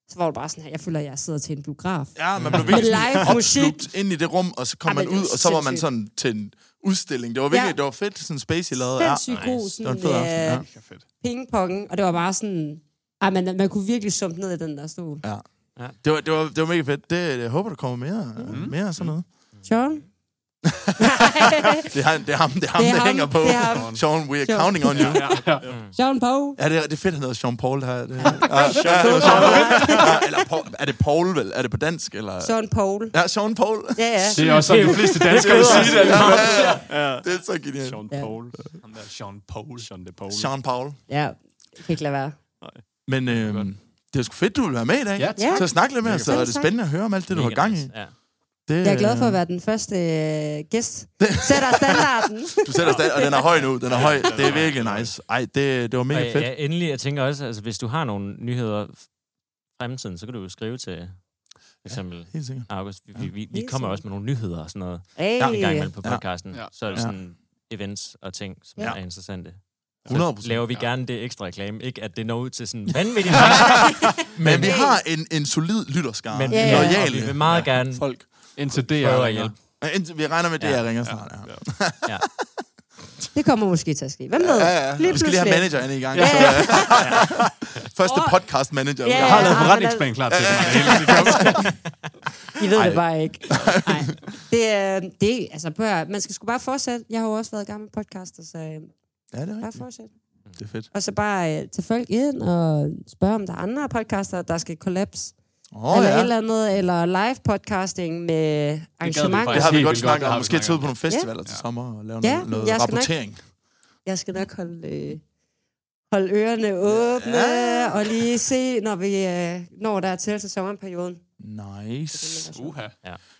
S5: så var du bare sådan her, jeg føler, at jeg sidder til en biograf.
S1: Ja, man blev virkelig
S5: live
S1: sådan
S5: musik.
S1: opslugt ind i det rum, og så kom
S5: Ej,
S1: man
S5: men det
S1: ud,
S5: var
S1: og så var man
S5: sindssygt.
S1: sådan til en udstilling. Det var virkelig,
S5: Ja.
S1: det var fedt, sådan en space, I lavede. Ja.
S5: Sindssygt god,
S1: Det var
S5: sådan,
S1: en fed
S5: øh,
S1: aften, ja.
S4: fedt.
S5: pingpongen, og det var bare sådan, ej, man, man kunne virkelig sumpe ned i den der stol.
S1: Det var, det var, det var mega fedt. Det, jeg håber, der kommer mere, mm. mere af sådan noget.
S5: John?
S1: Det er, ham- det er ham, det, er ham,
S5: Det
S1: det,
S5: er ham,
S1: hænger på.
S5: det er ham.
S1: Sean, we're
S5: Sean.
S1: counting on you.
S4: Ja, ja.
S5: John Poe?
S1: Ja, det er, det er fedt, han hedder Sean Paul. Det her. Det, ja, ja, Sean Paul. Ja, eller Paul, er det Paul, vel? Er det på dansk, eller?
S5: John Paul.
S1: Ja, Sean Paul.
S5: Ja, ja.
S4: Det er også sådan, de fleste danskere vil sige det.
S1: Det er så genialt.
S3: Sean
S5: Ja.
S3: Paul.
S4: Ham der Sean Paul.
S3: Sean de Paul.
S1: Sean Paul.
S5: Ja, jeg kan ikke lade være.
S1: Men øh, det er sgu fedt, du vil være med i dag.
S4: Ja,
S5: Ja.
S1: Så at snakke lidt med os, så er det
S5: tak.
S1: spændende at høre om alt det, du har gang i.
S2: Ja.
S1: Det,
S5: Jeg er glad for at
S1: øh,
S5: være den første øh, gæst. Sætter standarden.
S1: Du sætter stadig, og den er høj nu. Den er høj. Det er virkelig nice. Ej, det, det var mega
S2: Og, ja,
S1: fedt.
S2: endelig, jeg tænker også, altså, hvis du har nogle nyheder f- fremtiden, så kan du jo skrive til for eksempel
S1: Helt sikkert.
S2: August. Vi, vi, vi, vi
S5: Helt
S2: kommer
S5: sikkert.
S2: også med nogle nyheder og sådan noget
S5: Hey.
S2: en gang imellem på
S1: Ja.
S2: podcasten.
S4: Ja.
S2: Så er det
S1: Ja.
S2: sådan events og ting, som
S5: Ja.
S2: er interessante.
S1: 100 procent.
S2: Laver vi gerne det ekstra reklame. Ikke at det når ud til sådan vanvittigt
S1: Men vi har en, en solid lytterskare. Men
S2: men
S5: Ja, ja.
S2: ja, vi vil
S1: Loyale
S2: meget gerne
S1: folk.
S4: Indtil det
S2: prøve
S4: er
S2: at hjælpe.
S1: Og indtil- Vi regner med, det
S2: Ja.
S1: jeg ringer snart. Ja.
S2: Ja.
S5: Det kommer måske til at ske. Hvem ved?
S1: Ja, ja. Vi skal lige have
S5: pludselig.
S1: manageren i gang.
S5: Ja,
S1: Så,
S5: ja.
S1: første
S5: Åh.
S1: podcast manager.
S5: Ja,
S4: Jeg har
S5: ja.
S4: lavet
S5: men
S4: forretningsplan klar til det.
S5: I ved det bare ikke. Nej. Det, øh, det, altså, prøv, at- man skal sgu bare fortsætte. Jeg har jo også været i gang med podcaster, så øh,
S1: ja, det er
S5: bare
S1: rigtigt.
S5: fortsæt.
S1: Det er fedt.
S5: Og så bare øh, tage folk ind og spørge, om der er andre podcaster, der skal kollaps.
S1: Åh,
S5: eller
S1: ja.
S5: et eller andet, eller live podcasting med arrangement.
S1: Det
S4: faktisk.
S1: har vi
S4: Helt
S1: godt
S4: vildt
S1: snakket
S4: godt,
S1: om.
S4: det har vi
S1: Måske
S4: snakket
S1: tage ud
S4: om.
S1: på nogle festivaler til sommer og lave
S5: Ja,
S1: noget, noget
S5: jeg skal nok-
S1: rapportering.
S5: jeg skal nok holde, øh, holde ørerne åbne
S1: Ja.
S5: ja. og lige se, når vi øh, når der er til til sommerperioden.
S1: Nice.
S4: Uha.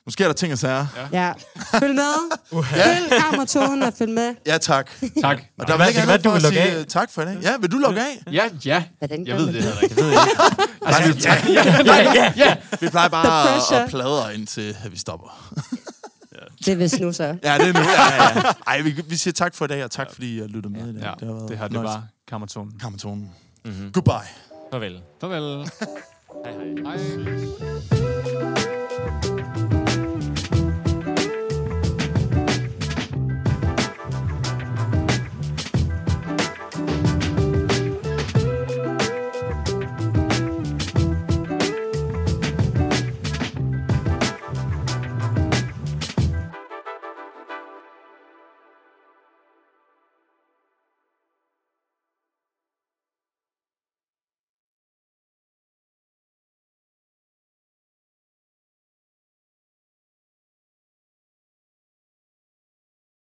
S1: Måske er der ting og sager.
S5: Ja. Følg med. Følg kammer 200, følg med.
S1: Ja, tak.
S4: Tak.
S1: Og der var ikke andet
S2: kan være,
S1: for
S2: du
S1: at
S2: vil logge
S1: sige
S2: af.
S1: øh, tak for i dag. Ja, vil du logge af?
S4: Ja, ja. Jeg
S5: Hvordan gør
S4: ved
S5: man
S4: det
S5: det?
S4: heller ikke.
S1: Altså, vi, ja, ja, ja, ja. vi plejer
S5: The
S1: bare at,
S5: pressure.
S1: at pladre indtil at vi stopper.
S5: Det er vist nu så.
S1: Ja, det er nu. Ja, ja, ja. Ej, vi, vi siger tak for i dag, og tak fordi jeg lyttede med i dag.
S4: Ja, det her, det
S1: nice.
S4: var kammertonen.
S1: Kammertonen. Mm-hmm. Goodbye.
S2: Farvel.
S4: Farvel.
S2: Hej hej.
S4: Hej.